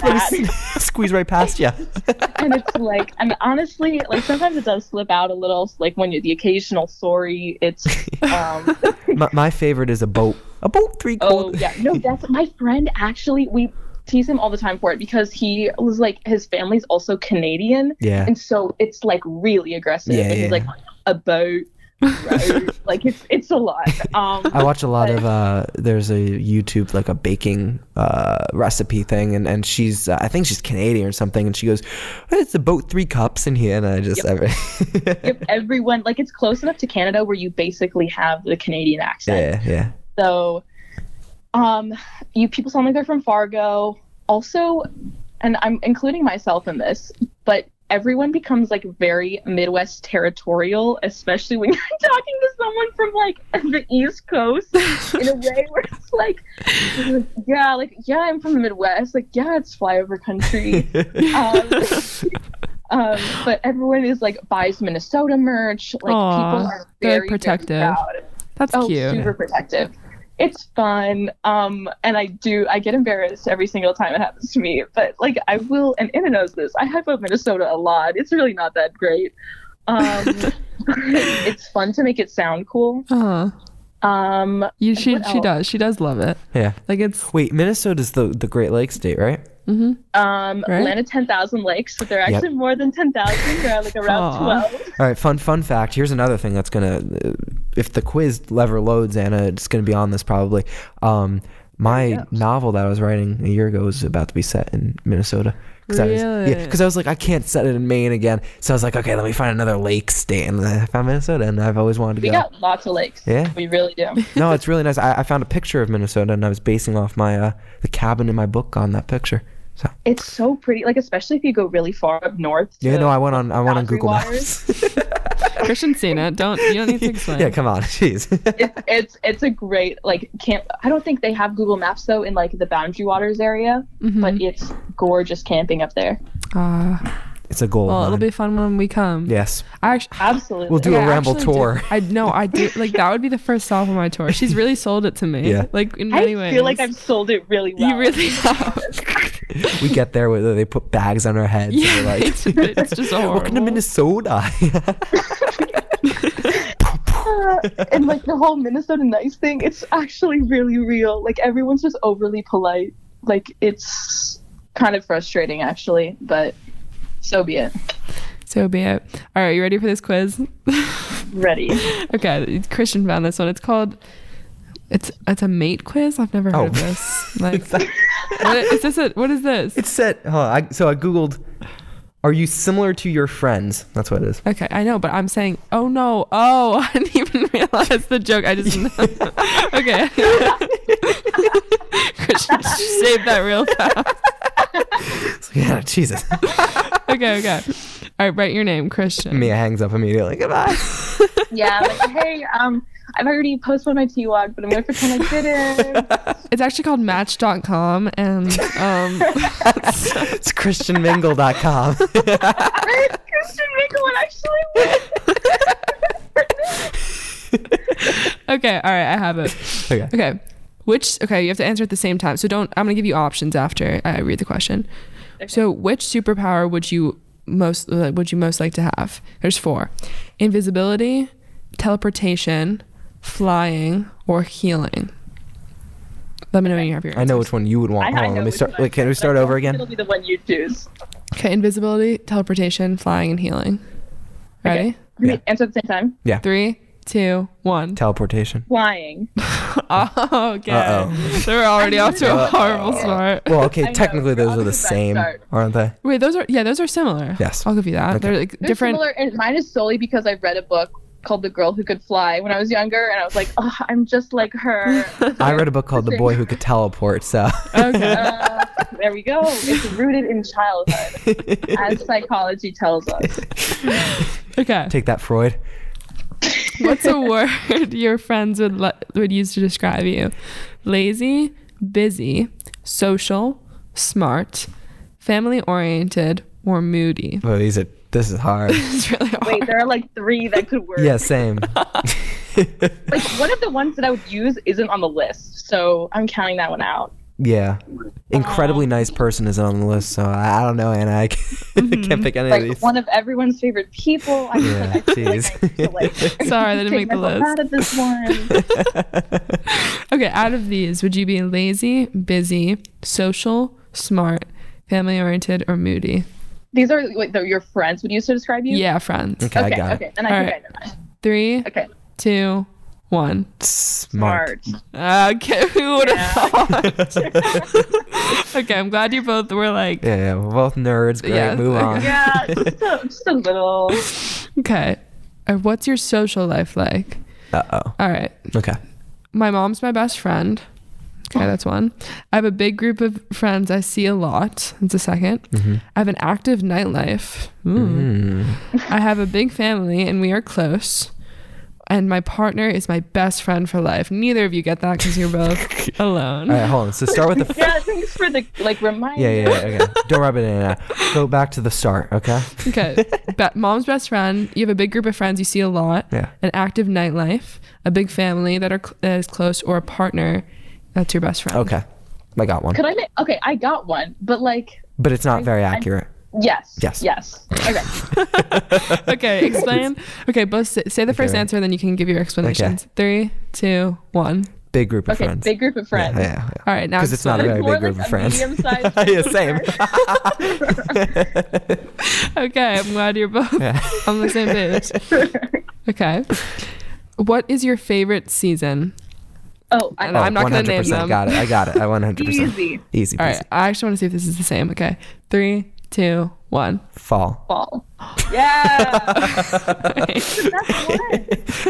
S3: that.
S2: squeeze right
S1: <laughs>
S2: past you.
S3: and it's like and honestly like sometimes it does slip out a little like when you the occasional sorry
S2: <laughs>
S3: it's um
S2: my, my favorite is a boat. A boat three
S3: oh
S2: quarters.
S3: yeah no that's my friend actually we tease him all the time for it because he was like his family's also canadian
S2: Yeah.
S3: and so it's like really aggressive
S2: Yeah,
S3: and
S2: yeah,
S3: he's like a boat road.
S2: <laughs>
S3: like it's it's a lot um
S2: I watch a lot of uh there's a YouTube like a baking uh recipe thing and and she's uh, I think she's Canadian or something and she goes it's about three cups in here and I just
S3: if everyone like it's close enough to canada where you basically have the canadian accent
S2: yeah <laughs> yeah
S3: So, um, you people sound like they're from Fargo. Also, and I'm including myself in this, but everyone becomes like very Midwest territorial, especially when <laughs> you're talking to someone from like the East Coast in a way where
S1: <laughs>
S3: it's like, yeah, like, yeah, I'm from the Midwest. Like, yeah, it's flyover country.
S1: <laughs>
S3: um, um, but everyone is like buys Minnesota merch. Like,
S1: Aw,
S3: people are
S1: they're, like,
S3: very,
S1: protective.
S3: Very proud
S1: That's
S3: oh,
S1: cute.
S3: super protective. It's fun. Um, and I do, I get embarrassed every single time it happens to me, but like I will, and Anna knows this, I hype up Minnesota a lot. It's really
S1: <laughs>
S3: not that great. Um, it's fun to make it sound cool.
S1: Uh-huh.
S3: Um,
S1: You, she
S3: what
S1: she
S3: else?
S1: does. She does love it.
S2: Yeah.
S1: Like it's
S2: Wait, Minnesota's the the Great Lakes state, right?
S3: um,
S1: Right?
S3: Atlanta 10,000 lakes. So there are actually more than 10,000. There are like around
S1: Aw.
S3: 12.
S2: All right. Fun fun fact. Here's another thing that's gonna, uh, if the quiz lever loads, Anna, it's gonna be on this probably. Um, my novel that I was writing a year ago was about to be set in Minnesota. Cause I was, yeah,
S1: Really?
S2: because I was like, I can't set it in Maine again. So I was like, okay, let me find another lake state, and I found Minnesota, and I've always wanted to
S1: <laughs>
S3: We
S2: go.
S3: got lots of lakes.
S2: Yeah.
S3: We really do.
S2: no, it's really nice. I, I found a picture of Minnesota, and I was basing off my uh, the cabin in my book on that picture. So
S3: It's so pretty. Like, especially if you go really far up north.
S2: yeah,
S3: to-
S2: no, I went on I went on
S3: Boundary
S2: Google
S3: waters.
S2: Maps.
S1: Christian's seen it. Don't <laughs> you don't need to explain.
S2: <laughs> yeah, come on, jeez.
S3: it's it's it's a great like camp. I don't think they have Google Maps though in like the Boundary Waters area, but it's gorgeous camping up there.
S1: Ah,
S2: it's a goal.
S1: well,
S2: of
S1: it'll
S2: mine.
S1: be fun when we come.
S2: yes.
S1: I actually,
S3: Absolutely.
S2: We'll do
S1: Yeah,
S2: a ramble
S1: actually
S2: tour.
S1: do- I know. I
S2: <laughs>
S1: do. Like that would be the first stop on my tour. She's really sold it to me.
S2: Yeah.
S1: Like in
S3: I
S1: many ways.
S3: feel like I've sold it really well.
S1: You really have.
S2: <laughs> we get there where they put bags on our heads.
S1: yeah.
S2: and we're like,
S1: it's, it's
S2: <laughs>
S1: just horrible.
S2: welcome
S1: <laughs>
S2: to Minnesota.
S3: <laughs>
S2: <laughs>
S3: and like the whole Minnesota nice thing, it's actually really real. Like everyone's just overly polite. Like it's kind of frustrating actually, but so be it.
S1: So be it. All right, you ready for this quiz? <laughs>
S3: Ready.
S1: okay, Christian found this one. It's called. It's it's a mate quiz. I've never heard
S2: Oh.
S1: of this. Like, <laughs> what, is this? A, what is this?
S2: <laughs> It's set. Huh, I, so I googled. Are you similar to your friends? That's what it is. <laughs>
S1: Okay, I know, but I'm saying, oh no, oh, <laughs> I didn't even realize the joke. I just <laughs> okay. <laughs> Christian saved that real fast.
S2: It's like, yeah, Jesus. <laughs>
S1: Okay, okay. All right, write your name, Christian.
S2: Mia hangs up
S1: <laughs>
S2: immediately. Goodbye.
S3: Yeah. Like, hey, um, I've already posted my T log, but I'm gonna pretend I <laughs> didn't.
S1: It's actually called Match.com, and um, <laughs>
S2: it's christianmingle.com.
S3: Christian Mickelman actually won.
S1: okay, all right, I have it.
S2: <laughs> okay.
S1: Okay, which okay, you have to answer at the same time. So don't. I'm gonna give you options after I read the question. So which superpower would you most uh, would you most like to have? There's four: invisibility, teleportation, flying, or healing. Let me know when you have your.
S2: I know which one you would want.
S3: I- I
S2: Hold on,
S3: know
S2: let me
S3: which
S2: start.
S3: one I
S2: Wait, can we
S3: choose, but
S2: start
S3: I
S2: over
S3: think
S2: again?
S3: It'll be the one you choose.
S1: Okay, invisibility, teleportation, flying, and healing. Ready?
S3: Can
S2: <laughs> Yeah.
S3: we answer at the same time?
S2: Yeah.
S1: Three, two, one.
S2: Teleportation.
S3: Flying.
S1: oh, <laughs> okay. <laughs>
S2: Uh-oh.
S1: They were already off to a horrible start.
S3: <laughs>
S2: Well, okay,
S3: know,
S2: technically
S3: we're
S2: those
S3: off
S2: are
S3: to
S2: the
S3: a bad
S2: same,
S3: start.
S2: aren't
S3: <laughs>
S2: they?
S1: Wait, those are yeah, those are similar.
S2: Yes.
S1: I'll give you that.
S2: Okay.
S1: They're like
S3: They're
S1: different.
S3: similar, and mine is solely because I read a book called The Girl Who Could Fly when I was younger, and I was like, oh, I'm just
S1: <laughs>
S3: like her.
S2: I read a book called The Boy Who Could Teleport, so
S3: <laughs>
S1: Okay.
S3: Uh, there we go. It's rooted in childhood, as psychology tells us.
S1: okay.
S2: <laughs> take that, Freud.
S1: <laughs> What's a word your friends would le- would use to describe you? Lazy, busy, social, smart, family oriented, or moody. <laughs>
S2: Oh, these are, this is hard.
S1: It's really hard.
S3: Wait, there are like three that could work.
S2: yeah,
S3: <laughs>
S2: same.
S3: Like one of the ones that I would use isn't on the list, so I'm counting that one out.
S2: Yeah. Incredibly nice person is on the list, so I, I don't know, Anna. I can't, <laughs> can't pick any of
S3: Mm-hmm. Like
S2: these.
S3: one of everyone's favorite people. I just, like, I feel like I need <laughs> to, like,
S2: Jeez.
S1: Sorry, that didn't
S3: take
S1: make the
S3: myself
S1: list.
S3: out of this one.
S2: <laughs>
S1: Okay, out of these, would you be lazy, busy, social, smart, family oriented, or moody?
S3: These are wait, the, your friends would use to describe you.
S1: Yeah, friends.
S2: okay, I
S3: Okay.
S2: got
S3: okay.
S2: it.
S3: Then I think
S1: Alright.
S3: I know. mine.
S1: Three,
S3: Okay.
S1: two, one.
S2: Smart.
S3: Smart.
S1: Okay, <laughs> who would have
S3: Yeah.
S1: thought? <laughs> okay, I'm glad you both were like,
S2: Yeah, yeah, we're both nerds. Great,
S1: Yeah,
S2: move
S1: okay.
S2: on.
S3: Yeah,
S2: <laughs>
S3: just a, just a little.
S1: okay, uh, what's your social life like?
S2: Uh oh.
S1: All right,
S2: Okay.
S1: my mom's my best friend. Okay, that's one. I have a big group of friends I see a lot. That's a 2nd I have an active nightlife.
S3: Hmm.
S1: Ooh.
S2: Mm-hmm. Mm.
S1: I have a big family and we are close. And my partner is my best friend for life. Neither of you get that because you're both alone.
S2: All right, hold on. So start with the. F-
S3: <laughs> Yeah, thanks for the like reminder.
S2: yeah, yeah, yeah. Okay. Don't rub it in. Anna. Go back to the start.
S3: <laughs>
S2: Okay.
S1: Okay. Be- mom's best friend. You have a big group of friends you see a lot.
S2: Yeah.
S1: An active nightlife. A big family that are cl- that is close, or a partner that's your best friend.
S2: Okay. I got one,
S3: Could I make? Okay, I got one, but like
S2: but it's not very
S3: I-
S2: accurate.
S3: Yes.
S2: Yes.
S3: Yes.
S2: <laughs>
S3: Okay.
S1: okay, explain. Okay, both say, say the first
S2: Okay.
S1: answer, and then you can give your explanations. Three, two, one.
S2: Big group of
S3: okay.
S2: friends.
S3: Big group of
S2: Yeah,
S3: friends.
S2: Yeah, yeah.
S1: All right, now
S2: Because it's not a
S1: explain.
S2: very big
S3: More
S2: group
S3: like
S2: of
S3: a
S2: friends.
S3: medium-sized
S2: <laughs> yeah,
S3: group of
S2: same. <laughs>
S1: okay. I'm glad you're both
S2: Yeah.
S1: on the same page. <laughs>
S2: <laughs>
S1: Okay. What is your favorite season?
S3: <laughs> Oh, I,
S1: And I'm not gonna name
S2: 100%.
S1: them.
S2: Got it. I got it. I 100%.
S3: Easy.
S2: Easy
S1: All
S2: peasy.
S1: right, I actually want to see if this is the same. Okay, three, two, one.
S2: Fall.
S3: fall.
S1: <laughs>
S2: <laughs>
S3: Yeah.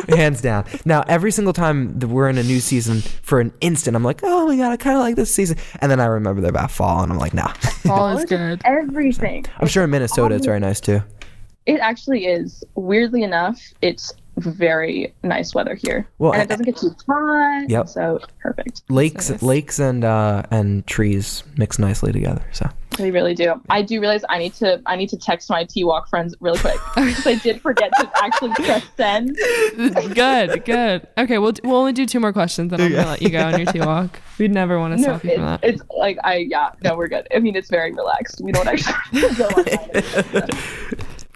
S2: Hands down. Now, every single time that we're in a new season, for an instant, I'm like, oh my God, I kind of like this season. And then I remember they're about fall, and I'm like, nah. <laughs>
S1: Fall is
S3: Just
S1: good.
S3: Everything.
S2: I'm sure in Minnesota it's very nice too.
S3: It actually is. Weirdly enough, it's very nice weather here.
S2: Well,
S3: and
S2: I-
S3: it doesn't get too hot.
S2: Yep.
S3: So it's perfect.
S2: Lakes,
S1: nice.
S2: lakes, and uh, and trees mix nicely together. So
S3: They really do. I do realize I need to I need to text my T Walk friends really
S1: <laughs>
S3: quick. Because I did forget to actually press send.
S1: good, good. Okay, we'll we'll only do two more questions, and I'm gonna let you go on your tea walk. We'd never want to
S3: No,
S1: stop you from
S3: it's,
S1: that.
S3: it's like I yeah, no, we're good. I mean it's very relaxed. We don't actually <laughs> go
S1: <laughs>
S3: on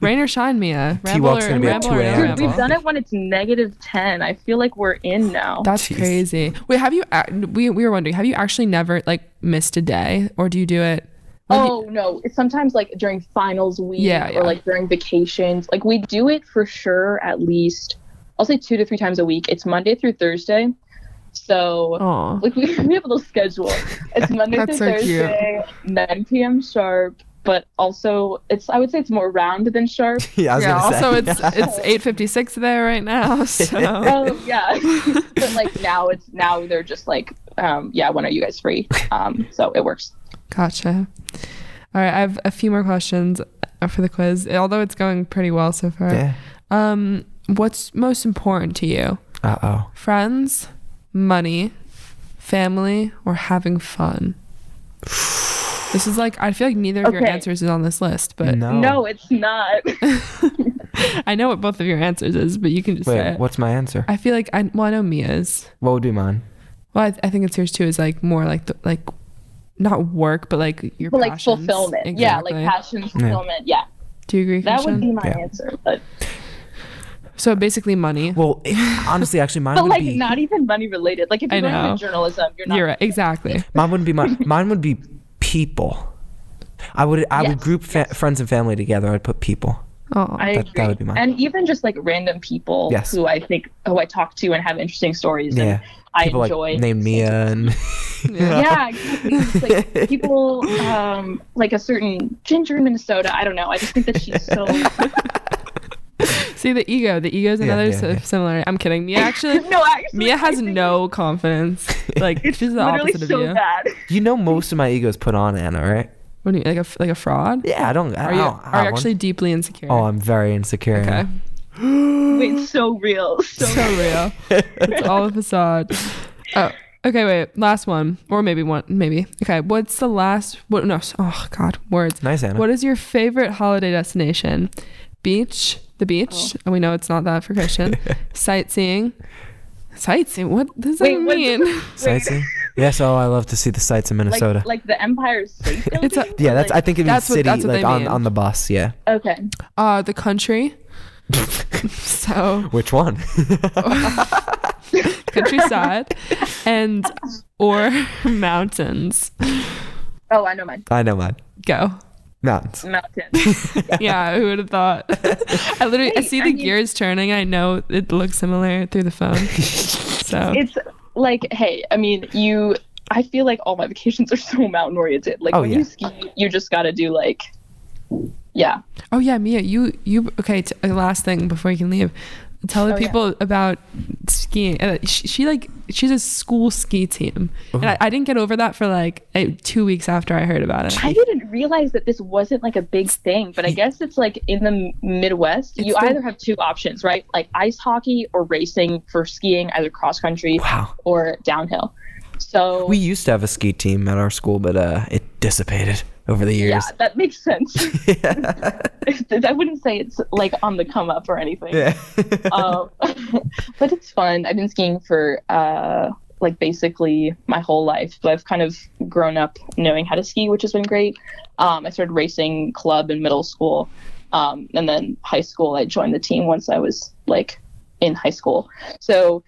S1: Rain or shine, Mia. Ramble
S2: T-walk's
S1: or,
S2: gonna be at
S1: ramble
S2: 2
S1: or
S2: a.m.
S1: no
S3: Dude, we've
S1: ramble.
S3: done it when it's negative ten. I feel like we're in now.
S1: That's
S2: Jeez.
S1: crazy. Wait, have you? ac- We we were wondering. Have you actually never like missed a day, or do you do it? when you-
S3: Oh no! It's sometimes like during finals week
S1: Yeah, yeah.
S3: or like during vacations. Like we do it for sure at least I'll say two to three times a week. It's Monday through Thursday, so
S1: Aw.
S3: like we, we have a little schedule.
S1: <laughs>
S3: It's Monday through
S1: That's so cute.
S3: Thursday, 9 p.m. sharp. But also, it's I would say it's more round than
S1: <laughs>
S3: sharp.
S2: <laughs> yeah, I was
S1: yeah.
S2: gonna
S1: Also,
S2: say.
S1: it's it's eight fifty six there right
S2: <laughs>
S1: now. So
S3: oh yeah, <laughs> but like now it's now they're just like um, yeah. When are you guys free? Um, so it works.
S1: gotcha. All right, I have a few more questions uh, for the quiz. Although it's going pretty well so far.
S2: yeah.
S1: Um, what's most important to you?
S2: Uh oh.
S1: Friends, money, family, or having fun? This is like I feel like neither of your
S3: Okay.
S1: answers is on this list, but
S2: No.
S3: No, it's not. <laughs>
S1: I know what both of your answers is, but you can just say
S2: Wait,
S1: it.
S2: what's my answer?
S1: I feel like I well, I know Mia's.
S2: What would be mine?
S1: Well, I, th- I think it's yours too. Is like more like the, like not work, but like your
S3: but like
S1: passions.
S3: fulfillment. Yeah,
S1: Exactly.
S3: like passion fulfillment. Yeah.
S1: Do you agree?
S3: That would
S1: Christian?
S3: be my
S2: Yeah.
S3: answer. But,
S1: so basically money.
S2: Well, <laughs> it- honestly, actually, mine
S3: but
S2: would
S3: like
S2: be
S3: not even money related. Like if
S1: I
S3: you're going
S1: know.
S3: into journalism, you're not
S1: You're right. Exactly.
S2: mine wouldn't
S1: <laughs>
S2: be my mine would be people. I would I would
S3: Yes,
S2: group fa- friends and family together. I'd put people.
S1: Oh,
S3: I
S2: That-
S3: agree.
S2: that would be mine.
S3: And even just like random people
S2: Yes.
S3: who I think who I talk to and have interesting stories
S2: Yeah.
S3: and I
S2: People
S3: enjoy.
S2: like named Mia
S1: <laughs>
S2: and <laughs>
S3: yeah, exactly. It's like people um like a certain ginger in Minnesota. I don't know. I just think that she's so
S1: see the ego. The ego is
S2: Yeah,
S1: another
S2: yeah,
S1: si-
S2: yeah.
S1: similar. I'm kidding.
S3: <laughs>
S1: Mia <laughs> actually.
S3: no. Actually,
S1: Mia
S3: I
S1: has
S3: think
S1: no
S2: <laughs>
S1: confidence. Like she's the
S3: Literally
S1: opposite of
S3: so
S1: you.
S3: bad.
S2: You know, most of my ego is put on Anna, right?
S1: What do you like a f- like a fraud?
S2: Yeah, I don't. I
S1: Are you
S2: don't
S1: are
S2: have
S1: you
S2: one.
S1: actually deeply insecure?
S2: Oh, I'm very insecure.
S1: okay.
S3: It's so real.
S2: <laughs>
S3: So
S1: so real. It's all a facade. Oh, okay. Wait, last one, or maybe one, maybe. Okay, what's the last? What? No. s- Oh God, words.
S2: Nice, Anna.
S1: What is your favorite holiday destination? Beach, the beach, and we know it's not that for Christian. Sightseeing, sightseeing. What does
S3: Wait,
S1: that
S3: what's-
S1: mean?
S2: Sightseeing? yes. Oh, I love to see the sights in
S3: like
S2: Minnesota.
S3: like the Empire State Building.
S1: It's a-
S2: yeah, that's. I think it means
S1: That's what-
S2: city,
S1: that's what
S2: like
S1: they
S2: on
S1: mean.
S2: on the bus.
S1: <laughs>
S2: Yeah.
S3: okay.
S1: <laughs> Uh, the country. so
S2: Which one?
S1: countryside, and or <laughs> mountains.
S3: Oh, I know mine.
S2: I know mine.
S1: Go. <laughs>
S2: Mountains. <laughs>
S3: Mountain.
S1: yeah, who would have thought? I literally I
S3: Wait,
S1: see
S3: I
S1: the
S3: mean-
S1: gears turning. I know it looks similar through the
S3: <laughs>
S1: phone. so
S3: it's like, hey, I mean, you. I feel like all my vacations are so <laughs> mountain oriented. Like
S2: Oh,
S3: when
S2: yeah.
S3: you ski, you just gotta do like, yeah.
S1: oh yeah, Mia, you you okay? T- uh, last thing before you can leave, tell the
S3: Oh, yeah.
S1: people about skiing. Uh, she, she like she's a school ski team, and I, I didn't get over that for like eh, two weeks after I heard about it.
S3: I didn't realize that this wasn't like a big thing, but I guess it's like in the M- Midwest,
S1: It's
S3: you
S1: the-
S3: either have two options, right? Like ice hockey or racing for skiing, either cross country
S2: Wow.
S3: or downhill. So
S2: We used to have a ski team at our school, but uh, it dissipated over the
S3: yeah,
S2: years.
S3: that makes sense. <laughs> I wouldn't say it's like on the come <laughs> up or anything.
S2: Yeah.
S3: um, but it's fun. I've been skiing for uh, like basically my whole life. But I've kind of grown up knowing how to ski, which has been great. Um, I started racing club in middle school, um, and then high school. I joined the team once I was like in high school. So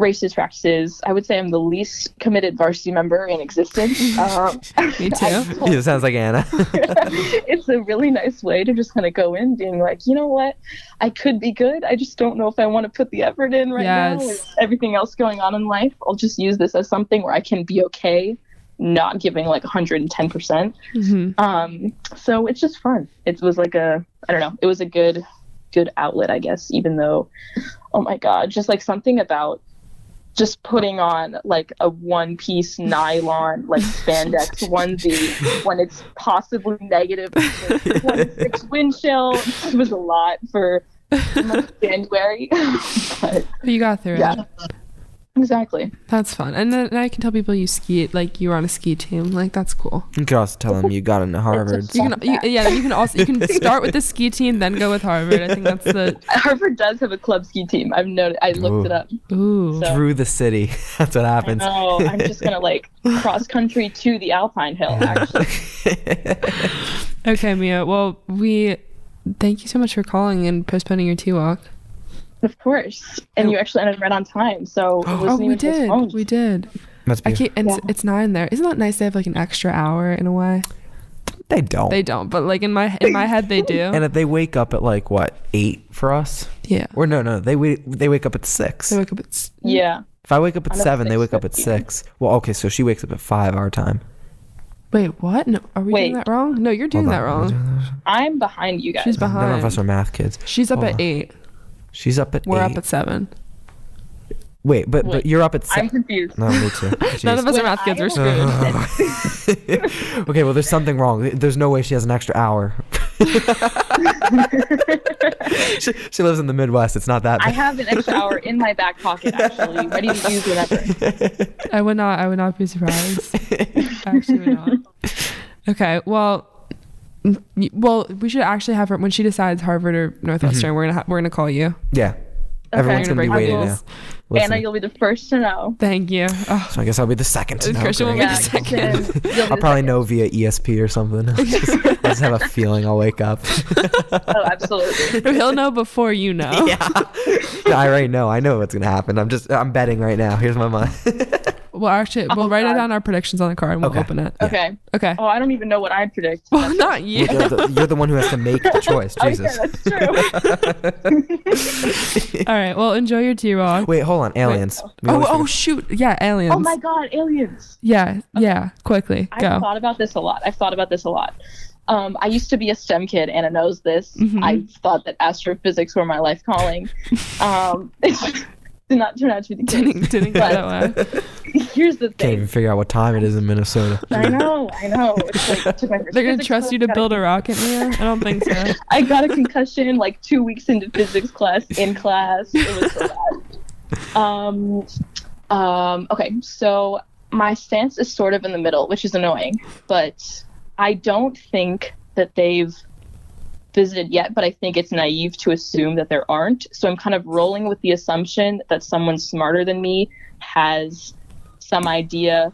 S3: races practices. I would say I'm the least committed varsity member in existence. Um,
S1: <laughs> Me too.
S3: <laughs> I told-
S2: <laughs> It sounds like Anna.
S3: <laughs> it's a really nice way to just kind of go in being like, you know what, I could be good. I just don't know if I want to put the effort in right now
S1: Yes.
S3: with everything else going on in life. I'll just use this as something where I can be okay not giving like 110%.
S1: Mhm.
S3: Um, so it's just fun. It was like a, I don't know, it was a good, good outlet, I guess, even though, oh my God, just like something about just putting on like a one piece nylon, like spandex onesie when it's possibly negative like, 26 wind chill. It was a lot for month of January. <laughs> but
S1: But you got through
S3: yeah,
S1: it.
S3: exactly.
S1: That's fun. And then and I can tell people you ski it like you were on a ski team. Like that's cool.
S2: you could also tell him you got into Harvard.
S1: You can, you, yeah, you can also you
S3: <laughs>
S1: can start with the ski team, then go with Harvard. I think that's the
S3: Harvard does have a club ski team. I've noted, I looked it
S2: Ooh.
S3: up.
S1: ooh.
S3: So-
S2: Through the city. <laughs> That's what
S3: I <laughs>
S2: happens.
S3: know. Oh, I'm just gonna like cross country to the Alpine Hill. Actually,
S1: Okay, Mia. Well, we thank you so much for calling and postponing your tea walk.
S3: of course. And you actually ended right on
S1: <gasps>
S3: time, so it wasn't
S1: Oh, we
S3: even this
S1: did.
S3: long.
S1: We did.
S2: <laughs> Must
S1: I
S2: be.
S1: can't. And it's,
S3: Yeah.
S1: it's nine there. Isn't that nice? They have like an extra hour in a way.
S2: They don't.
S1: They don't, but like in my in my head they do.
S2: and if they wake up at like what eight for us,
S1: yeah.
S2: or no, no, they wait, they wake up at six.
S1: They wake up. It's,
S3: Yeah.
S2: If I wake up at
S3: I'm at
S2: seven, they wake up at
S3: 6:15.
S2: six. Well, okay, so she wakes up at five our time.
S1: wait, what? No, are we doing
S3: Wait.
S1: that wrong? No, you're doing
S2: Hold
S1: that
S2: on.
S1: wrong.
S3: I'm behind you guys.
S1: She's
S2: None of us
S1: behind.
S2: are math kids.
S1: She's up
S2: Hold
S1: at
S2: on.
S1: eight.
S2: She's up at
S1: We're
S2: eight.
S1: up at seven.
S2: Wait, but but
S3: Wait,
S2: you're up at
S3: I'm
S2: seven.
S3: confused.
S2: No, me
S3: <laughs>
S2: too.
S1: None
S2: Jeez.
S1: of us are
S3: When
S1: math kids.
S3: I
S1: We're
S3: was-
S1: screwed.
S2: <laughs>
S3: <laughs>
S2: okay, well, there's something wrong. There's no way she has an extra hour. she, she lives in the Midwest. It's not that
S3: I
S2: bad.
S3: have an extra hour in my back pocket, actually, ready to
S2: <laughs>
S3: use whenever.
S1: I would not. I would not be surprised. I actually would not. <laughs> Okay. Well. n- y- Well, we should actually have her when she decides Harvard or
S2: Mm-hmm.
S1: Northwestern. We're gonna ha- we're gonna call you.
S2: yeah. Everyone's
S1: We're
S2: gonna be
S1: break
S2: waiting
S1: rules.
S2: now.
S3: Anna,
S2: Listen,
S3: you'll be the first to know.
S1: Thank you. Oh,
S2: so I guess I'll be the second. to know.
S1: Christian will be
S2: Great.
S1: the second.
S3: Kristen, you'll
S2: <laughs>
S3: be
S2: I'll
S3: the
S2: probably know via ESP or something. <laughs> I just, I just have a feeling I'll
S1: <laughs>
S2: wake up. <laughs>
S3: second. Oh, absolutely.
S1: He'll know before you
S2: <laughs>
S1: know.
S2: No, I already know. I know what's gonna happen. I'm just I'm betting right now. Here's my <laughs> money.
S1: Well, actually, we'll write it
S3: God.
S1: down our predictions on the card and we'll
S2: Okay.
S1: open it.
S3: Okay.
S1: Okay.
S3: Oh, I don't even know what I predict.
S1: <laughs>
S3: Oh,
S1: Well, not you.
S2: you're, the, you're the one who has to
S1: <laughs>
S2: make the choice.
S3: Okay,
S2: Jesus.
S3: that's true.
S1: <laughs> All right. Well, enjoy your tea rock.
S2: Wait, hold on. Aliens. We
S1: Oh,
S2: always
S1: oh
S2: forget-
S1: shoot. Yeah, aliens.
S3: oh my God, aliens.
S1: Yeah, yeah. Quickly,
S3: I've
S1: go.
S3: thought about this a lot. I've thought about this a lot. Um, I used to be a STEM kid, Anna knows this.
S1: Mm-hmm.
S3: I thought that astrophysics were my life calling. um, <laughs> it did not turn out to be the case.
S1: <laughs> didn't didn't go that way.
S3: <laughs> Here's the
S2: can't even
S3: thing.
S2: figure out what time it is in Minnesota.
S3: <laughs> I know, I know. It's like, took my
S1: <laughs>
S3: first
S1: They're gonna
S3: physics
S1: trust
S3: class,
S1: you to
S3: got
S1: build a rocket, Mia. I don't think so.
S3: I got a concussion like two weeks into physics class in class. It
S1: <laughs>
S3: was so bad. Um, um, okay, so my stance is sort of in the middle, which is annoying, but I don't think that they've visited yet, but I think it's naive to assume that there aren't. So I'm kind of rolling with the assumption that someone smarter than me has some idea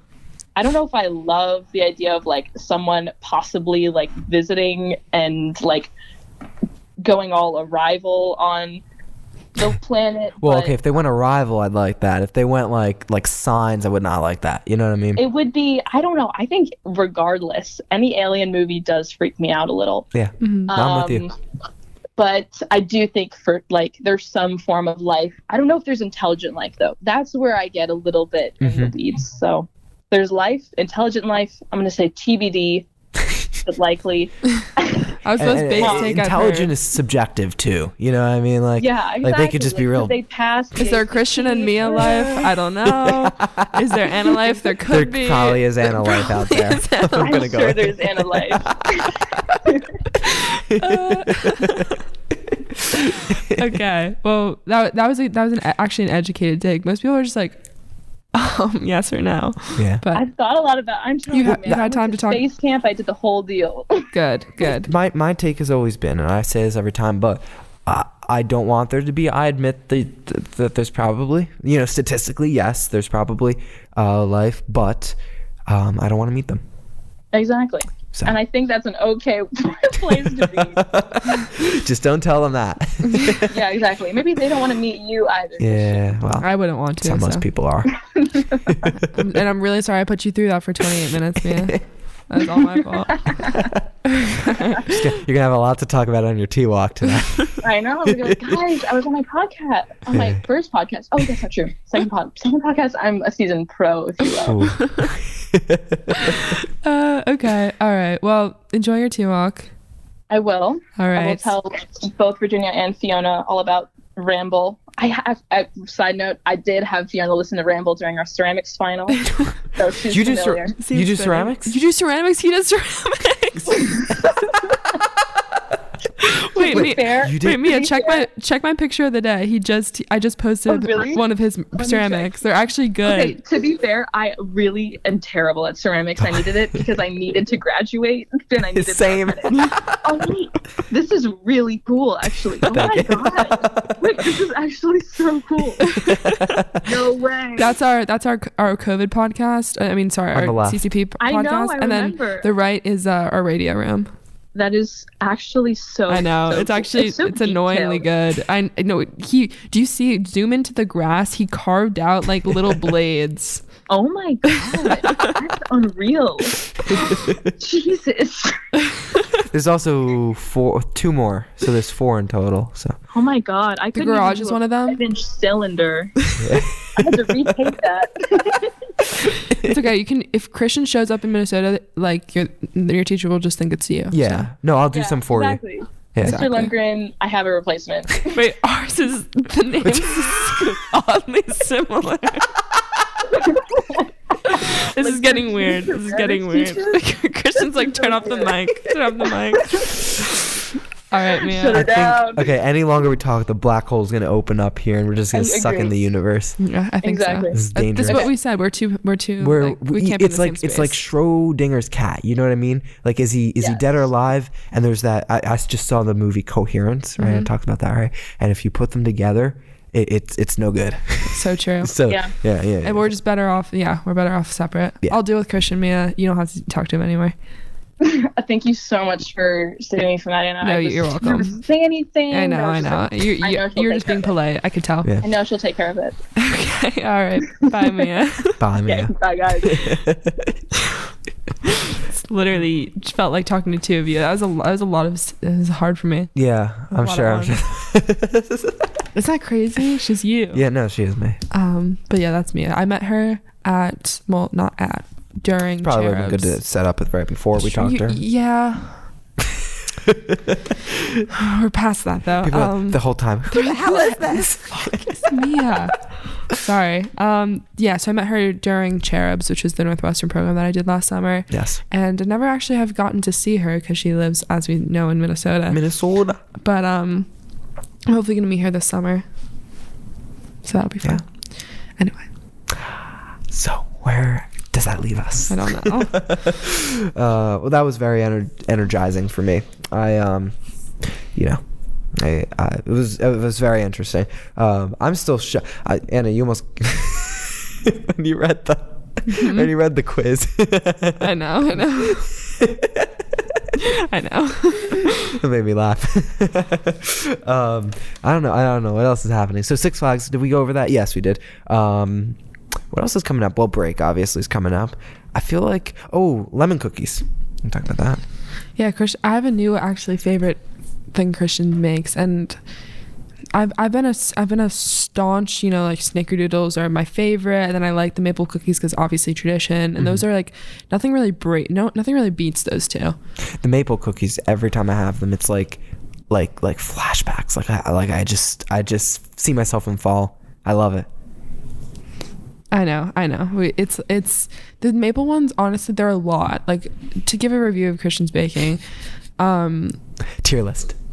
S3: I don't know if I love the idea of like someone possibly like visiting and like going all arrival on the planet.
S2: <laughs> Well,
S3: but
S2: okay. If they went arrival, I'd like that. If they went like like signs, I would not like that. You know what I mean?
S3: It would be, I don't know. I think, regardless, any alien movie does freak me out a little. Um,
S2: yeah, No, I'm with you.
S3: But I do think for like there's some form of life. I don't know if there's intelligent life though. That's where I get a little bit
S2: Mm-hmm.
S3: in the weeds. So there's life, intelligent life. I'm gonna
S2: <laughs>
S3: say TBD, but likely.
S1: I was supposed
S2: And-
S1: base
S2: and
S1: take.
S2: intelligent
S1: I've
S2: is subjective too. You know what I mean? Like
S3: Yeah, exactly.
S2: like they could just be
S3: Like,
S2: real.
S3: could They pass.
S1: heard. Is there Christian and Mia life? I don't
S2: <laughs>
S1: know. Is there Anna life? There could
S2: there
S1: be.
S2: probably is Anna life out there.
S1: is Anna
S2: I'm
S3: I'm
S2: gonna go.
S3: sure
S2: with
S3: there's
S2: it.
S3: Anna life.
S2: <laughs>
S1: okay. Well, that that was a, that was an actually an educated dig. Most people are just like, <laughs> um, yes or no.
S2: Yeah.
S1: But
S3: I've thought a lot about. I'm telling
S1: You
S3: you,
S1: ha-
S3: man,
S1: you had
S3: I went
S1: time to talk-
S3: Space camp. I did the whole deal. <laughs>
S1: good, good.
S2: my my take has always been, and I say this every time, but uh, I don't want there to be. I admit the, th- that there's probably, you know, statistically, yes, there's probably uh, life, but um, I don't want to meet them. <laughs>
S3: Exactly.
S2: So.
S3: And I think that's an okay <laughs> place to be.
S2: Just don't tell them that.
S3: yeah, exactly. Maybe they don't want to meet you either.
S2: yeah, well,
S1: I wouldn't want to.
S2: that's how most
S1: so.
S2: people are.
S1: And I'm really sorry I put you through that for 28 minutes,
S2: <laughs>
S1: man. That's all my fault.
S2: You're gonna have a lot to talk about on your tea walk tonight.
S3: I know. I was
S2: <laughs>
S3: like, guys, I was on my podcast, on my first podcast. Oh, that's not true. Second pod, second podcast. I'm a season pro, if you will.
S2: Ooh. <laughs>
S1: Uh, okay. All right. Well, enjoy your tea walk.
S3: I will.
S1: All
S3: I will
S1: right.
S3: tell both Virginia and Fiona all about Ramble. I have. I, side note: I did have Fiona listen to Ramble during our
S2: <laughs>
S3: ceramics final, so she's
S2: you do
S3: familiar.
S2: cer- you do ceramics?
S1: You do ceramics. He does ceramics.
S2: <laughs>
S1: wait,
S3: Wait,
S1: Mia,
S3: fair.
S2: you
S1: wait,
S2: did.
S3: <laughs>
S1: Mia, check my check my picture of the day. He just I just posted
S3: Oh, really?
S1: one of his
S3: check.
S1: ceramics. They're actually good.
S3: Okay, to be fair, I really am terrible at ceramics. I needed it because I needed to graduate and I needed that
S2: Same.
S3: credit. Oh wait, this is really cool actually. Oh my
S2: Thank you.
S3: god. Wait, this is actually so cool.
S2: <laughs>
S3: No way.
S1: That's our that's our our COVID podcast. I mean, sorry,
S2: the
S1: our
S2: left.
S1: CCP p-
S3: I know,
S1: podcast,
S3: I
S1: and then
S3: remember.
S1: the right is uh, our radio room.
S3: that is actually so
S1: <laughs> I know
S3: so
S1: it's
S3: cool.
S1: actually it's,
S3: so
S1: annoyingly
S3: detailed.
S1: good. I I know he. Do you see? Zoom into the grass. He carved out like <laughs> little blades.
S3: Oh my god. That's unreal. Jesus.
S2: There's also four, two more, so there's four in total. So
S3: Oh my god. I
S1: The
S3: couldn't
S1: garage
S3: even
S1: is
S3: do a
S1: one of them.
S3: five-inch cylinder. <laughs> I had to retake that.
S1: It's okay. You can if Christian shows up in Minnesota, like your your teacher will just think it's you.
S2: <laughs> yeah, no, I'll do
S3: Yeah,
S2: some for
S3: exactly.
S2: you. Yeah.
S1: Exactly.
S3: Mr. Lundgren, I have a replacement.
S1: <laughs> So. Wait, ours is the name is <laughs> oddly <laughs>
S3: <laughs>
S1: similar. this is getting weird. This is <laughs> getting weird.
S3: <laughs>
S1: Christian's like, turn <laughs> off the mic. Turn off the mic. <laughs> All right, man.
S3: Shut it down.
S2: Okay, any longer we talk, the black hole's gonna open up here, and we're just gonna
S3: I
S2: suck in
S3: agree.
S2: the universe.
S1: Yeah, I think
S3: Exactly.
S1: so.
S2: This is
S1: Uh, This
S2: dangerous.
S1: is what we said. We're too. We're too.
S2: We're,
S1: like, we
S2: we-
S1: can't be in
S2: it's
S1: the
S2: like
S1: same
S2: it's like
S1: space.
S2: Schrodinger's cat. You know what I mean? Like, is he is he dead or
S3: Yes.
S2: alive? And there's that. I, I just saw the movie Coherence, right?
S1: Mm-hmm.
S2: It talks about that, right? And if you put them together, it, it's it's no good.
S1: so true.
S2: <laughs> so yeah,
S3: Yeah.
S2: yeah, yeah.
S1: And we're just better off. Yeah, we're better off separate.
S2: Yeah.
S1: I'll deal with Christian Mia. You don't have to talk to him anymore.
S3: Uh, <laughs> Thank you so much for saving me from that. Anna.
S1: No,
S3: I was-
S1: you're welcome.
S3: <laughs> I was saying anything.
S1: I know. <laughs>
S3: but
S1: I
S3: was
S1: know.
S3: just
S1: You're,
S3: I know
S1: you're,
S3: she'll
S1: you're
S3: take
S1: just being
S3: care of
S1: polite. I could tell.
S2: Yeah.
S3: it. I know she'll take care of it.
S1: <laughs> Okay. All right. Bye,
S2: <laughs>
S1: Mia.
S2: Bye,
S3: Okay,
S2: man.
S3: bye guys.
S1: It's Literally just felt like talking to two of you. That was a. That was a lot of. s- It was hard for me.
S2: yeah, I'm
S1: lot of
S2: sure. I'm
S1: fun.
S2: sure.
S1: Is that crazy? She's you.
S2: <laughs> Yeah, no, she is me.
S1: Um. But yeah, that's Mia. I met her at. Well, not at. During.
S2: Probably would have been good
S1: Cherubs.
S2: to set up with right before we talked
S1: You-
S2: to her. <laughs>
S1: Yeah. We're past that though.
S2: People
S1: um, <laughs>
S2: the whole time. Who the hell is this?
S1: it's Mia. Sorry. Um, yeah, so I met her during Cherubs, which was the Northwestern program that I did last summer.
S2: yes,
S1: And I never actually have gotten to see her because she lives, as we know, in Minnesota.
S2: Minnesota.
S1: but um, I'm hopefully going to meet her this summer. So that'll be fun. Anyway,
S2: So where does that leave us?
S1: I don't know.
S2: <laughs> uh, well, that was very ener- energizing for me. I, um, you know, I, I it was it was very interesting. Um, I'm still sho I, Anna, you almost <laughs> when you read the when you read the quiz.
S1: Mm-hmm. I know. I know.
S2: <laughs>
S1: <laughs> I know. <laughs>
S2: it <laughs> made me laugh. um, I don't know. I don't know what else is happening. So Six Flags. Did we go over that? Yes, we did. Um, what else is coming up? Well, break obviously is coming up. I feel like oh, lemon cookies. We can talk about that.
S1: Yeah, Christian. I have a new actually favorite thing Christian makes, and I've I've been a s- I've been a staunch you know like snickerdoodles are my favorite, and then I like the maple cookies because obviously tradition, and those are like nothing really break no nothing really beats those two.
S2: The maple cookies. Every time I have them, it's like like like flashbacks. Like I like I just I just see myself in fall. I love it.
S1: I know, I know. We, it's it's the maple ones. Honestly, they're a lot. Like to give a review of Christian's baking, um,
S2: Tier list. <laughs>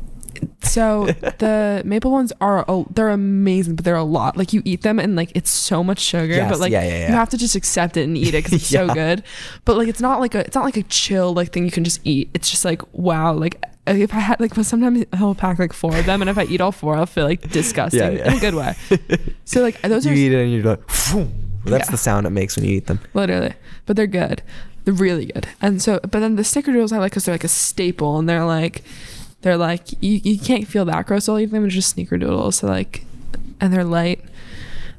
S1: So the maple ones are oh, they're amazing, but they're a lot. Like you eat them and like it's so much sugar,
S2: Yes,
S1: but like
S2: yeah, yeah, yeah.
S1: you have to just accept it and eat it because
S2: <laughs>
S1: it's so
S2: Yeah.
S1: good. But like it's not like a it's not like a chill like thing you can just eat. It's just like wow, like like, if I had like, but sometimes I'll pack like four of them, and if I eat all four, I'll feel like disgusting
S2: Yeah, yeah.
S1: in a good
S2: <laughs>
S1: way. So like those
S2: you
S1: are
S2: eat it and you're like, <laughs> "Phew." that's
S1: Yeah.
S2: the sound it makes when you eat them.
S1: literally, but they're good, they're really good. And so, but then the snickerdoodles I like because they're like a staple, and they're like, they're like you, you can't feel that gross while eating them. It's just snickerdoodles, so like, and they're light.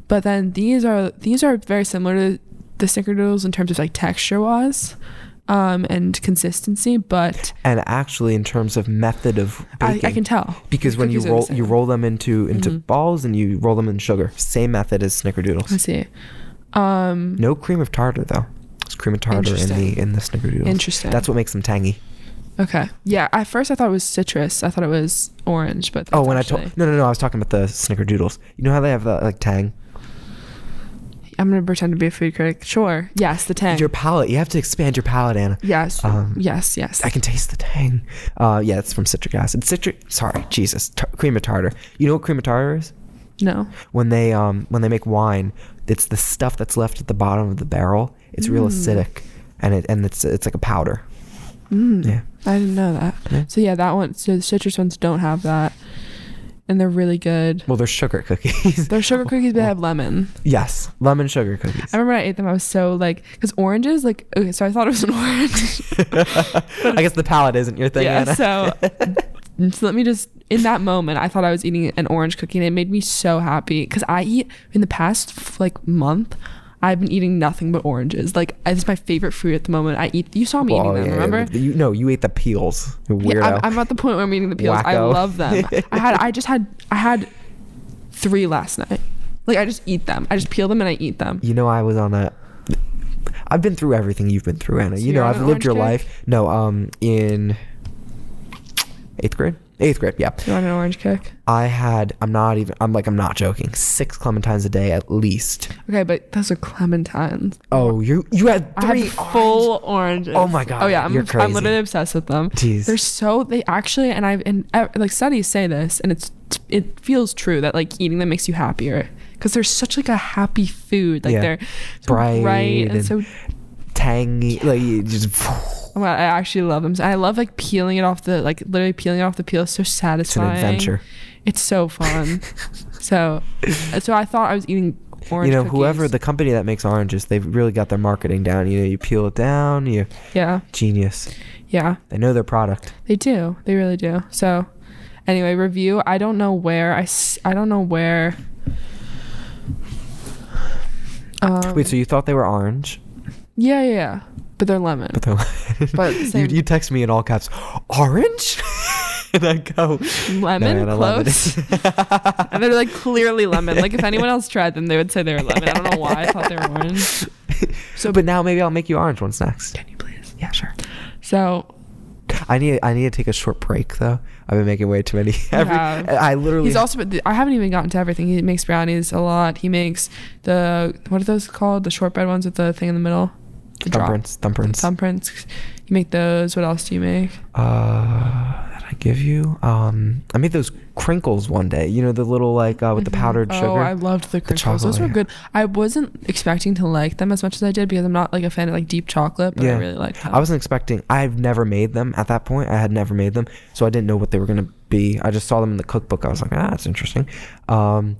S1: But then these are these are very similar to the snickerdoodles in terms of like texture wise, um, and consistency. But
S2: And actually, in terms of method of
S1: I,
S2: baking,
S1: I can tell
S2: because when you
S1: Cookies are the
S2: roll you
S1: same. Mm-hmm.
S2: roll them into into balls and you roll them in sugar. Same method as
S1: I
S2: snickerdoodles.
S1: see. Um,
S2: No cream of tartar though. It's cream of tartar in the
S1: Interesting.
S2: in the snickerdoodles.
S1: Interesting.
S2: That's what makes them tangy.
S1: Okay. Yeah. At first, I thought it was citrus. I thought it was orange, but
S2: Oh,
S1: that's
S2: when I
S1: actually-
S2: told no no no, I was talking about the snickerdoodles. You know how they have that like tang.
S1: I'm gonna pretend to be a food critic. Sure. Yes, the tang.
S2: Your palate, you have to expand your palate, Anna.
S1: yes.
S2: um,
S1: yes. Yes.
S2: I can taste the tang. Uh, yeah, it's from citric acid. Citric. Sorry, Jesus. Tar- cream of tartar. You know what cream of tartar is?
S1: no.
S2: When they um when they make wine, it's the stuff that's left at the bottom of the barrel. It's real acidic, and it and it's it's like a powder.
S1: Mm,
S2: Yeah.
S1: I didn't know that.
S2: Yeah.
S1: So yeah, that one. So the citrus ones don't have that, and they're really good.
S2: Well, <laughs> they're sugar cookies.
S1: They're sugar cookies, but
S2: <laughs>
S1: they have lemon.
S2: yes, lemon sugar cookies.
S1: I remember when I ate them. I was so like, because oranges, like, okay, so I thought it was an orange.
S2: <laughs>
S1: <laughs>
S2: I guess the palate isn't your thing.
S1: yeah.
S2: Anna. <laughs>
S1: So, so let me just in that moment, I thought I was eating an orange cookie, and it made me so happy because I eat in the past f- like month. I've been eating nothing but oranges. Like it's my favorite fruit at the moment. I eat. You saw me
S2: Well,
S1: eating them,
S2: yeah,
S1: remember?
S2: You, no, you ate the peels. you Weirdo.
S1: Yeah, I'm, I'm at the point where I'm eating the peels. I
S2: Wacko.
S1: love
S2: <laughs>
S1: them. I had. I just had. I had three last night. Like I just eat them. I just peel them and I eat them.
S2: You know, I was on a. I've been through everything you've been through, Anna.
S1: So
S2: you
S1: you're
S2: know,
S1: on
S2: I've
S1: an orange
S2: lived your
S1: kick?
S2: life. No, um, in eighth grade. Eighth grade, yeah.
S1: You want an orange cake?
S2: I had. I'm not even. I'm like. I'm not joking. Six clementines a day at least.
S1: Okay, but those are clementines.
S2: Oh, you you had
S1: I
S2: three.
S1: had full oranges.
S2: Oh my God,
S1: Oh yeah, I'm,
S2: you're
S1: I'm
S2: crazy.
S1: literally obsessed with them.
S2: Jeez.
S1: They're so they actually and I've and uh, like studies say this and it's it feels true that like eating them makes you happier because they're such like a happy food like
S2: Yeah.
S1: they're so
S2: Bright
S1: bright, and,
S2: and-
S1: so
S2: tangy. Like you just.
S1: oh my God, I actually love them. I love like peeling it off the like literally peeling it off the peel. It's so
S2: It's an
S1: satisfying.
S2: adventure.
S1: It's so
S2: <laughs>
S1: fun. so so I thought I was eating orange.
S2: You know, whoever
S1: cookies.
S2: the company that makes oranges, they've really got their marketing down. You know, you peel it down. You
S1: yeah
S2: genius.
S1: yeah
S2: They know their product.
S1: They do. They really do. So, anyway, review. I don't know where. I, s- I don't know where. Um,
S2: Wait, so you thought they were orange?
S1: yeah, yeah, yeah. But they're lemon.
S2: But they're <laughs>
S1: But
S2: you,
S1: same-
S2: you text me in all caps, orange, <laughs> and I go
S1: Lemon?
S2: Anna, <laughs>
S1: Close. and they're like clearly lemon. Like if anyone else tried them, they would say they were lemon. I don't know why I thought they were
S2: <laughs>
S1: orange.
S2: so, but now maybe I'll make you orange ones next.
S1: Can you please? Yeah, sure. So
S2: I need I need to take a short break though. I've been making way too many. Every,
S1: have.
S2: I literally
S1: he's also. but I haven't even gotten to everything. He makes brownies a lot. He makes the what are those called? The shortbread ones with the thing in the middle. The drop.
S2: thumbprints, thumbprints.
S1: thumbprints. You make those. What else do you make?
S2: uh, that I give you. Um, I made those crinkles one day. You know the little like uh, with the powdered
S1: oh,
S2: sugar.
S1: I loved the crinkles.
S2: chocolate,
S1: those were
S2: yeah.
S1: good. I wasn't expecting to like them as much as I did because I'm not like a fan of like deep chocolate, but I really liked them.
S2: I wasn't expecting. I've never made them at that point. I had never made them, so I didn't know what they were gonna be. I just saw them in the cookbook. I was like, ah, that's interesting. Um,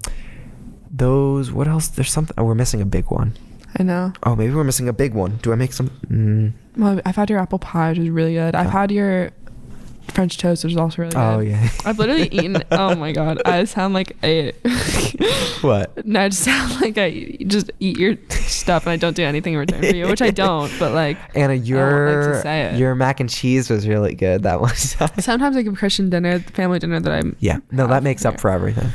S2: those. What else? There's something. Oh, we're missing a big one.
S1: I know.
S2: Oh, maybe we're missing a big one. Do I make some? Mm.
S1: Well, I've had your apple pie, which is really good. I've had your French toast, which is also really good.
S2: Oh yeah.
S1: <laughs> I've
S2: <laughs>
S1: literally eaten. Oh my god, I sound like a. <laughs>
S2: What?
S1: No, I just sound like I just eat your stuff and I don't do anything in return for you, which I don't. But like,
S2: Anna,
S1: I don't
S2: your
S1: like to say it.
S2: your mac and cheese was really good that one <laughs> time.
S1: sometimes I give Christian dinner, family dinner that I'm
S2: Yeah. No, that
S1: Half
S2: makes up
S1: here.
S2: for everything.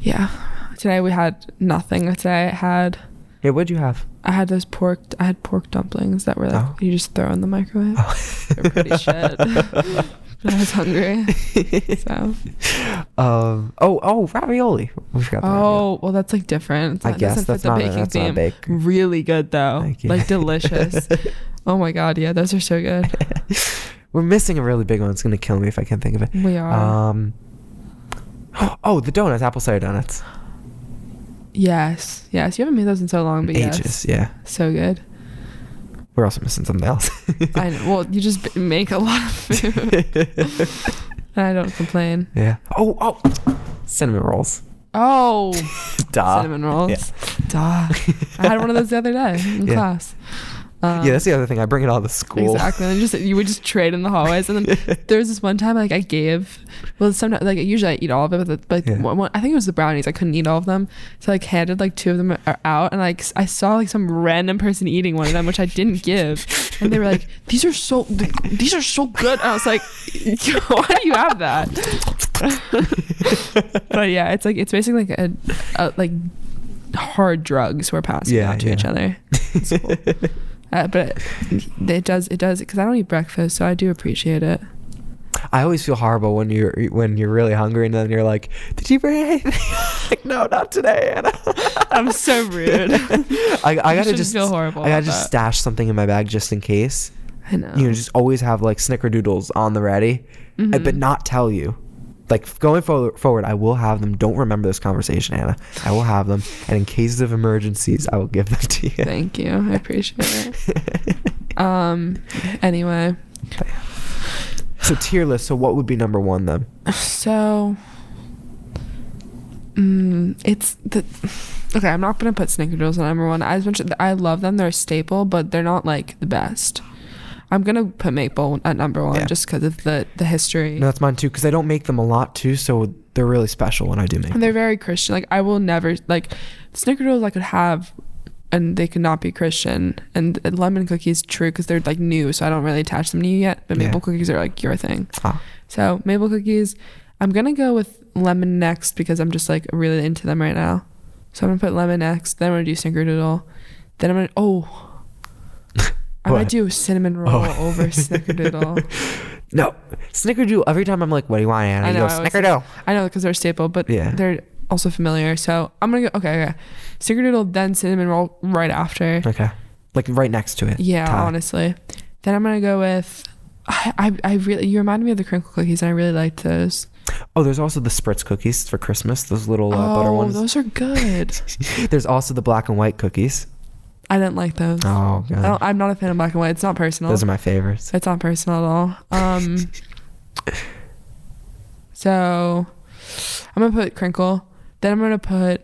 S1: Yeah. Today we had nothing. Today I had
S2: Yeah. What'd you have?
S1: I had those pork I had pork dumplings that were like
S2: Oh.
S1: you just throw in the microwave. <laughs> They're pretty
S2: <laughs>
S1: shit. But I was hungry. <laughs> So
S2: Um. Oh. Oh. Ravioli. We forgot. the ravioli.
S1: Oh, well that's like different. It's
S2: I
S1: not,
S2: guess
S1: doesn't
S2: that's
S1: fit the
S2: not a-
S1: baking
S2: that's not a
S1: theme.
S2: bake.
S1: Really good though.
S2: Thank you.
S1: Oh, Like
S2: <laughs>
S1: delicious. oh my god, yeah, those are so good.
S2: <laughs> We're missing a really big one. It's gonna kill me if I can't think of it.
S1: We are.
S2: Um. <gasps> Oh, the donuts, apple cider donuts.
S1: Yes. Yes. You haven't made those in so long, but yes.
S2: Ages, yeah.
S1: So good. <laughs>
S2: We're also missing something else.
S1: I know. Well, you just b- make a lot of food. and I don't complain.
S2: <laughs> Yeah. Oh, oh, cinnamon rolls. <laughs>
S1: Oh,
S2: Duh.
S1: cinnamon rolls. Uh,
S2: Yeah.
S1: Duh. I had one of those the other day in
S2: <laughs> Yeah.
S1: class. Um,
S2: yeah, that's the other thing. I bring it all to school.
S1: Exactly. And just you would just trade in the hallways, and then
S2: <laughs>
S1: there was this one time like I gave. Well, sometimes like usually I eat all of it, but, the, but
S2: Yeah.
S1: one, one- I think it was the brownies. I couldn't eat all of them, so like handed like two of them o- out, and like s- I saw like some random person eating one of them, which I didn't give, and they were like, "These are so th- these are so good." And I was like, <laughs> "Why do you have that?" <laughs> but yeah, it's like it's basically like a, a like hard drugs we're passing
S2: Yeah,
S1: out to
S2: yeah.
S1: each other. It's cool. Uh, but it, it does, it does, because I don't eat breakfast, so I do appreciate it.
S2: <laughs> I always feel horrible when you're when you're really hungry and then you're like, "Did you bring anything?" <laughs> like, no, not today. Anna."
S1: <laughs> I'm so rude.
S2: <laughs> I, I
S1: You
S2: gotta
S1: shouldn't
S2: just
S1: feel horrible
S2: I gotta
S1: about
S2: just
S1: that.
S2: stash something in my bag just in case.
S1: I know.
S2: You know, just always have like snickerdoodles on the ready, and- but
S1: Mm-hmm.
S2: not tell you. Like going for- forward, I will have them. Don't remember this conversation, Anna. I will have them, and in cases of emergencies, I will give them to you. <laughs>
S1: Thank you. I appreciate it. um. Anyway,
S2: So tier list. So what would be number one then?
S1: so. Mm, it's the. Okay, I'm not gonna put snickerdoodles on number one. As much I love them, they're a staple, but they're not like the best. I'm gonna put maple at number one
S2: Yeah.
S1: just because of the the history.
S2: No, that's mine too, because I don't make them a lot too, so they're really special when I do make.
S1: And
S2: them.
S1: they're very Christian. Like I will never like snickerdoodles I could have and they could not be Christian. And lemon cookies true because they're like new, so I don't really attach them to you yet. But
S2: Yeah.
S1: maple cookies are like your thing.
S2: Ah.
S1: So maple cookies. I'm gonna go with lemon next because I'm just like really into them right now. So I'm gonna put lemon next. Then I'm gonna do snickerdoodle. Then I'm gonna
S2: <laughs>
S1: oh. I'm gonna
S2: What? Oh.
S1: do cinnamon roll over
S2: <laughs>
S1: snickerdoodle.
S2: No, snickerdoodle. Every time I'm like, "What do you want, Anna?"
S1: I
S2: You
S1: know,
S2: go,
S1: I always-
S2: snickerdoodle.
S1: I know because they're a staple, but
S2: Yeah.
S1: they're also familiar. So I'm gonna go. Okay, okay. Snickerdoodle, then cinnamon roll right after.
S2: Okay, like right next to it.
S1: Yeah,
S2: Tie.
S1: honestly. Then I'm gonna go with. I, I I really you reminded me of the crinkle cookies and I really liked those.
S2: Oh, there's also the spritz cookies for Christmas. Those little uh, butter
S1: oh,
S2: ones.
S1: those are good.
S2: <laughs> There's also the black and white cookies.
S1: I didn't like those.
S2: Oh
S1: I
S2: god,
S1: don't, I'm not a fan of black and white. It's not personal.
S2: those are my favorites.
S1: It's not personal at all.
S2: <laughs>
S1: Um, so I'm gonna put crinkle. Then I'm gonna put.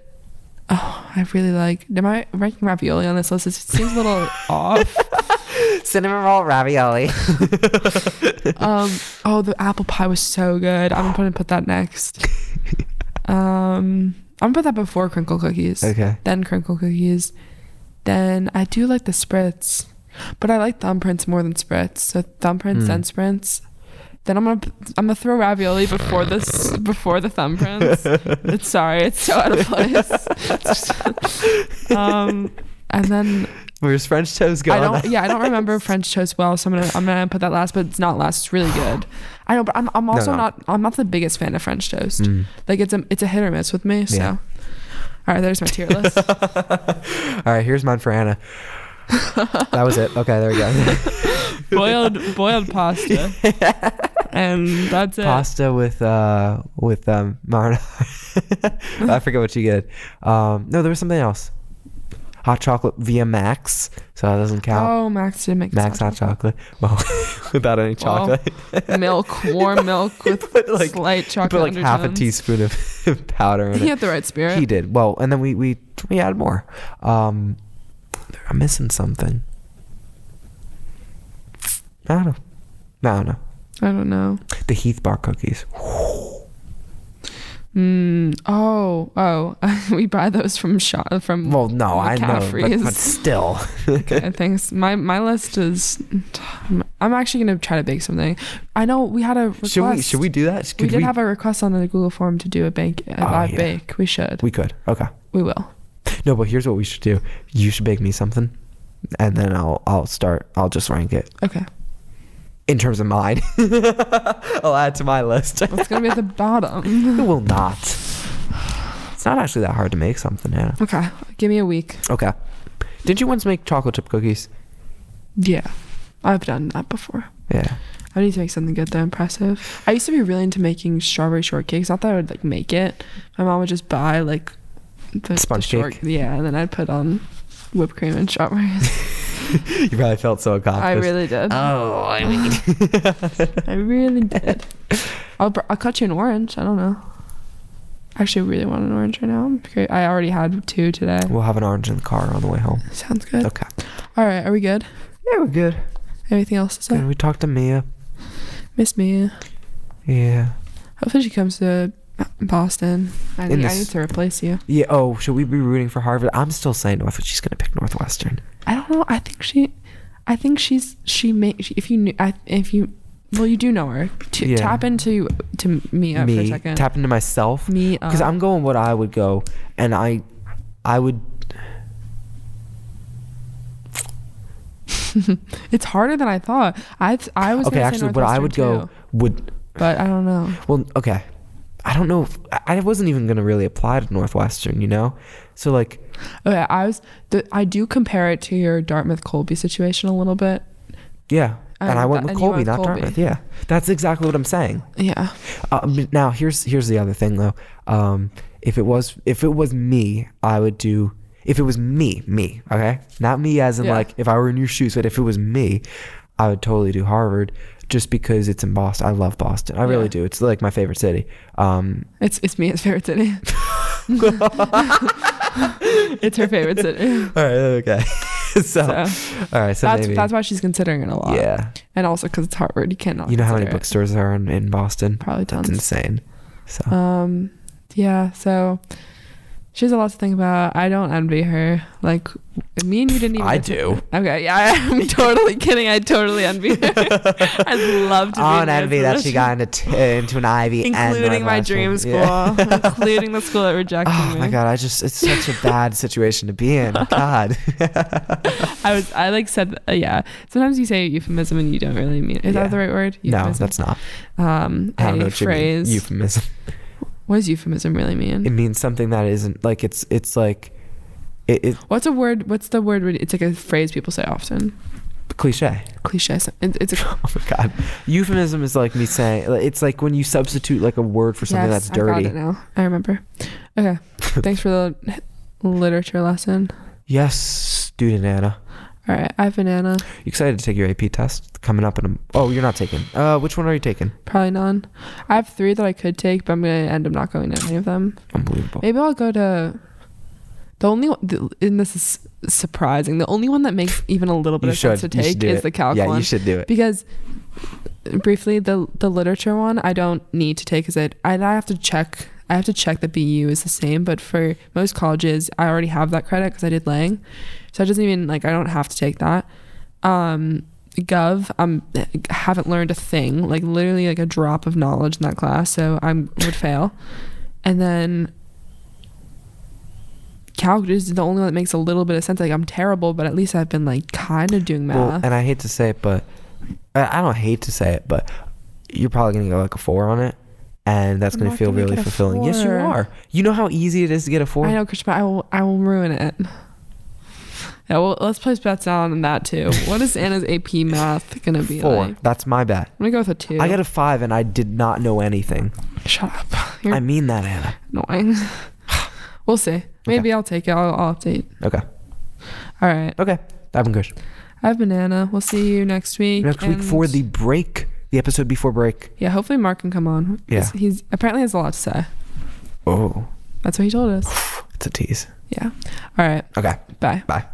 S1: Oh, I really like. Am I ranking ravioli on this list? It seems a
S2: <laughs>
S1: little off.
S2: Cinnamon roll ravioli.
S1: <laughs> Um. Oh, the apple pie was so good. I'm gonna put that
S2: <laughs>
S1: next. Um. I'm gonna put that before crinkle cookies.
S2: Okay.
S1: Then crinkle cookies. Then I do like the spritz, but I like thumbprints more than spritz. So
S2: Hmm.
S1: thumbprints then spritz. Then I'm gonna p- I'm gonna throw ravioli before this before the
S2: <laughs>
S1: thumbprints. it's sorry, it's so out of place.
S2: <laughs>
S1: um, and then
S2: Where's French toast going?
S1: I don't. Yeah, I don't
S2: <laughs>
S1: remember French toast well, so I'm gonna I'm gonna put that last, but it's not last. It's really good. I know, but I'm I'm also
S2: no. Hmm.
S1: not I'm not the biggest fan of French toast.
S2: <laughs>
S1: Like it's a it's a hit or miss with me. So,
S2: Yeah.
S1: all right, there's my tier list.
S2: Hmm. <laughs> All right, here's mine for Anna. that was it. Okay, there
S1: <laughs>
S2: we go.
S1: boiled boiled
S2: <laughs>
S1: pasta, and that's it.
S2: Pasta with uh with um marinara. <laughs> I forget what you get. Um, no, there was something else. Hot chocolate via Max, so that doesn't count.
S1: Oh, Max did make this
S2: Max hot chocolate. <laughs> Well, without any
S1: Well,
S2: chocolate.
S1: milk,
S2: <laughs>
S1: warm milk with
S2: put, like-
S1: slight
S2: He
S1: chocolate.
S2: put like half a
S1: undertones.
S2: teaspoon of <laughs> powder in
S1: He
S2: it.
S1: had the right spirit.
S2: He did well, and then we we we add more. Um, I'm missing something. I don't know. No, no.
S1: I don't know.
S2: The Heath Bar cookies.
S1: Mm, oh, <laughs> oh, we buy those from shop from.
S2: Well, no, I know, but, but
S1: McCaffrey's.
S2: still.
S1: <laughs> Okay, thanks. My my list is. I'm actually gonna try to bake something. I know we had a request.
S2: <laughs> should we should we do that?
S1: We
S2: Could
S1: did have a request on the Google form to do a bake a live
S2: yeah.
S1: bake. We should. We,
S2: we could. Okay.
S1: will.
S2: No, but here's what we should do. You should bake me something, and then I'll I'll start. I'll just rank it
S1: Okay.
S2: in terms of mine. <laughs> I'll add to my list. it
S1: It's gonna
S2: <laughs>
S1: be at the bottom.
S2: will not. It's not actually that hard to make something, Hannah.
S1: Okay. Give me a week.
S2: Okay. Didn't you once make chocolate chip cookies?
S1: Yeah. I've done that before.
S2: Yeah.
S1: I need to make something good though, impressive. I used to be really into making strawberry shortcakes. Not that I would like make it. My mom would just buy like the the
S2: Sponge
S1: short-
S2: cake? <laughs>
S1: Yeah, and then I'd put on whipped cream and strawberries.
S2: you probably felt so accomplished.
S1: I really did.
S2: Ah.
S4: Oh, I mean,
S1: I really did. I'll, br- I'll cut you an orange. I don't know. Actually, I really want an orange right now. I'm curi- I already had two today.
S2: We'll have an orange in the car on the way home.
S1: Sounds good.
S2: Okay.
S1: All right, are we good?
S2: Yeah, we're good.
S1: Anything else to say?
S2: And we talked to Mia.
S1: Miss me.
S2: Yeah.
S1: Hopefully she comes to Boston. I,
S2: In
S1: need, I
S2: this-
S1: need to replace you.
S2: Yeah. Oh, should we be rooting for Harvard? I'm still saying Northwestern. She's gonna pick Northwestern.
S1: I don't know. I think she, I think she's she may she, if you knew I, if you well you do know her. T-
S2: Yeah.
S1: Tap into to me up for a
S2: Me.
S1: second.
S2: Tap into myself.
S1: me uh, up.
S2: Because I'm going what I would go, and I, I would.
S1: it's harder than I thought. I th- I was
S2: Okay,
S1: gonna say
S2: actually, what I
S1: Northwestern
S2: would go
S1: too,
S2: would.
S1: but I don't know.
S2: Well, okay. I don't know. If, I- I wasn't even gonna really apply to Northwestern, you know. So like,
S1: Okay, I was the, I do compare it to your Dartmouth Colby situation a little bit.
S2: yeah.
S1: Um,
S2: And I
S1: th-
S2: went with
S1: and you
S2: Colby,
S1: went
S2: not
S1: Colby.
S2: Dartmouth. Yeah, that's exactly what I'm saying.
S1: Yeah.
S2: Um, now here's here's the other thing though. Um, if it was if it was me, I would do. If it was me, me, okay, not me as in
S1: Yeah.
S2: like if I were in your shoes, but if it was me, I would totally do Harvard just because it's in Boston. I love Boston. I really
S1: Yeah.
S2: do. It's like my favorite city. Um,
S1: It's it's Mia's favorite
S2: <laughs>
S1: city. <laughs> it's her favorite
S2: <laughs>
S1: city.
S2: all right, okay. so,
S1: So
S2: all right, so
S1: that's
S2: maybe
S1: that's why she's considering it a lot.
S2: yeah.
S1: And also because it's Harvard, you cannot.
S2: You know how many
S1: consider it.
S2: bookstores there are in, in Boston?
S1: Probably tons.
S2: That's insane. So
S1: Um, yeah. So she has a lot to think about. I don't envy her. Like me and you didn't even.
S2: I do.
S1: Okay. Yeah, <laughs> I'm totally kidding. I totally
S2: <laughs>
S1: envy her. I'd love to. be
S2: On
S1: in her
S2: envy that she
S1: position.
S2: got into, into an Ivy, and
S1: including my dream
S2: Northwestern.
S1: school,
S2: Yeah. <laughs>
S1: including the school that rejected
S2: Oh
S1: me.
S2: my god, I just it's such a bad situation to
S1: <laughs>
S2: be in. God.
S1: I was. I like said. Uh, yeah. Sometimes you say a euphemism and you don't really mean. It. Is
S2: Yeah.
S1: that the right word?
S2: <laughs> no,
S1: Euphemism?
S2: that's not.
S1: Um,
S2: I don't
S1: a
S2: know what you mean.
S1: phrase.
S2: Euphemism. <laughs>
S1: what does euphemism really mean?
S2: It means something that isn't like it's it's like it, it
S1: What's a word? What's the word? when- It's like a phrase people say often.
S2: cliche.
S1: Cliche. so- it- It's a
S2: Oh my god. Euphemism is like me saying like, it's like when you substitute like a word for <laughs> something
S1: Yes,
S2: that's dirty.
S1: I got it now. I remember.
S2: <laughs>
S1: Okay. Thanks for the literature lesson.
S2: Yes, student Anna.
S1: All right. I've been Anna.
S2: You excited to take your AP test coming up in a Oh, you're not taking. Uh which one are you taking?
S1: Probably none. I have three that I could take, but I'm gonna end up not going to any of them.
S2: Unbelievable.
S1: Maybe I'll go to. The only one, the- and this is surprising. The only one that makes even a little bit
S2: You
S1: of
S2: should,
S1: sense to
S2: you should
S1: take
S2: do
S1: is
S2: it.
S1: the calc
S2: Yeah,
S1: one
S2: you should do it.
S1: because briefly the the literature one I don't need to take because it I, I have to check I have to check that BU is the same but for most colleges I already have that credit because I did Lang so I doesn't even like I don't have to take that um Gov um haven't learned a thing like literally like a drop of knowledge in that class so I would fail and then Calc is the only one that makes a little bit of sense like I'm terrible but at least I've been like kind of doing math
S2: Well, and I hate to say it, but I I don't hate to say it, but you're probably gonna go like a four on it, and that's
S1: I'm
S2: gonna
S1: not
S2: feel
S1: gonna
S2: really
S1: get a
S2: fulfilling. Yes, you
S1: four.
S2: are. You know how easy it is to get a four.
S1: I know, Christian, but I will. I will ruin it. Yeah, well, let's place bets down on that too. What is Anna's AP math gonna be
S2: four.
S1: like? I'm
S2: That's my bad.
S1: gonna go with a two.
S2: I got a five, and I did not know anything.
S1: shut up. You're
S2: I mean that, Anna.
S1: annoying. <sighs> we'll see. Maybe I'll take it. I'll, I'll update.
S2: Okay.
S1: All right.
S2: Okay. I've been good.
S1: I've been Anna. We'll see you next week.
S2: Next week for
S1: and-
S2: the break, the episode before break.
S1: yeah. Hopefully, Mark can come on.
S2: Yeah.
S1: He's, he's apparently has a lot to say.
S2: Oh,
S1: That's what he told us.
S2: it's a tease.
S1: Yeah. All right.
S2: Okay.
S1: Bye.
S2: Bye.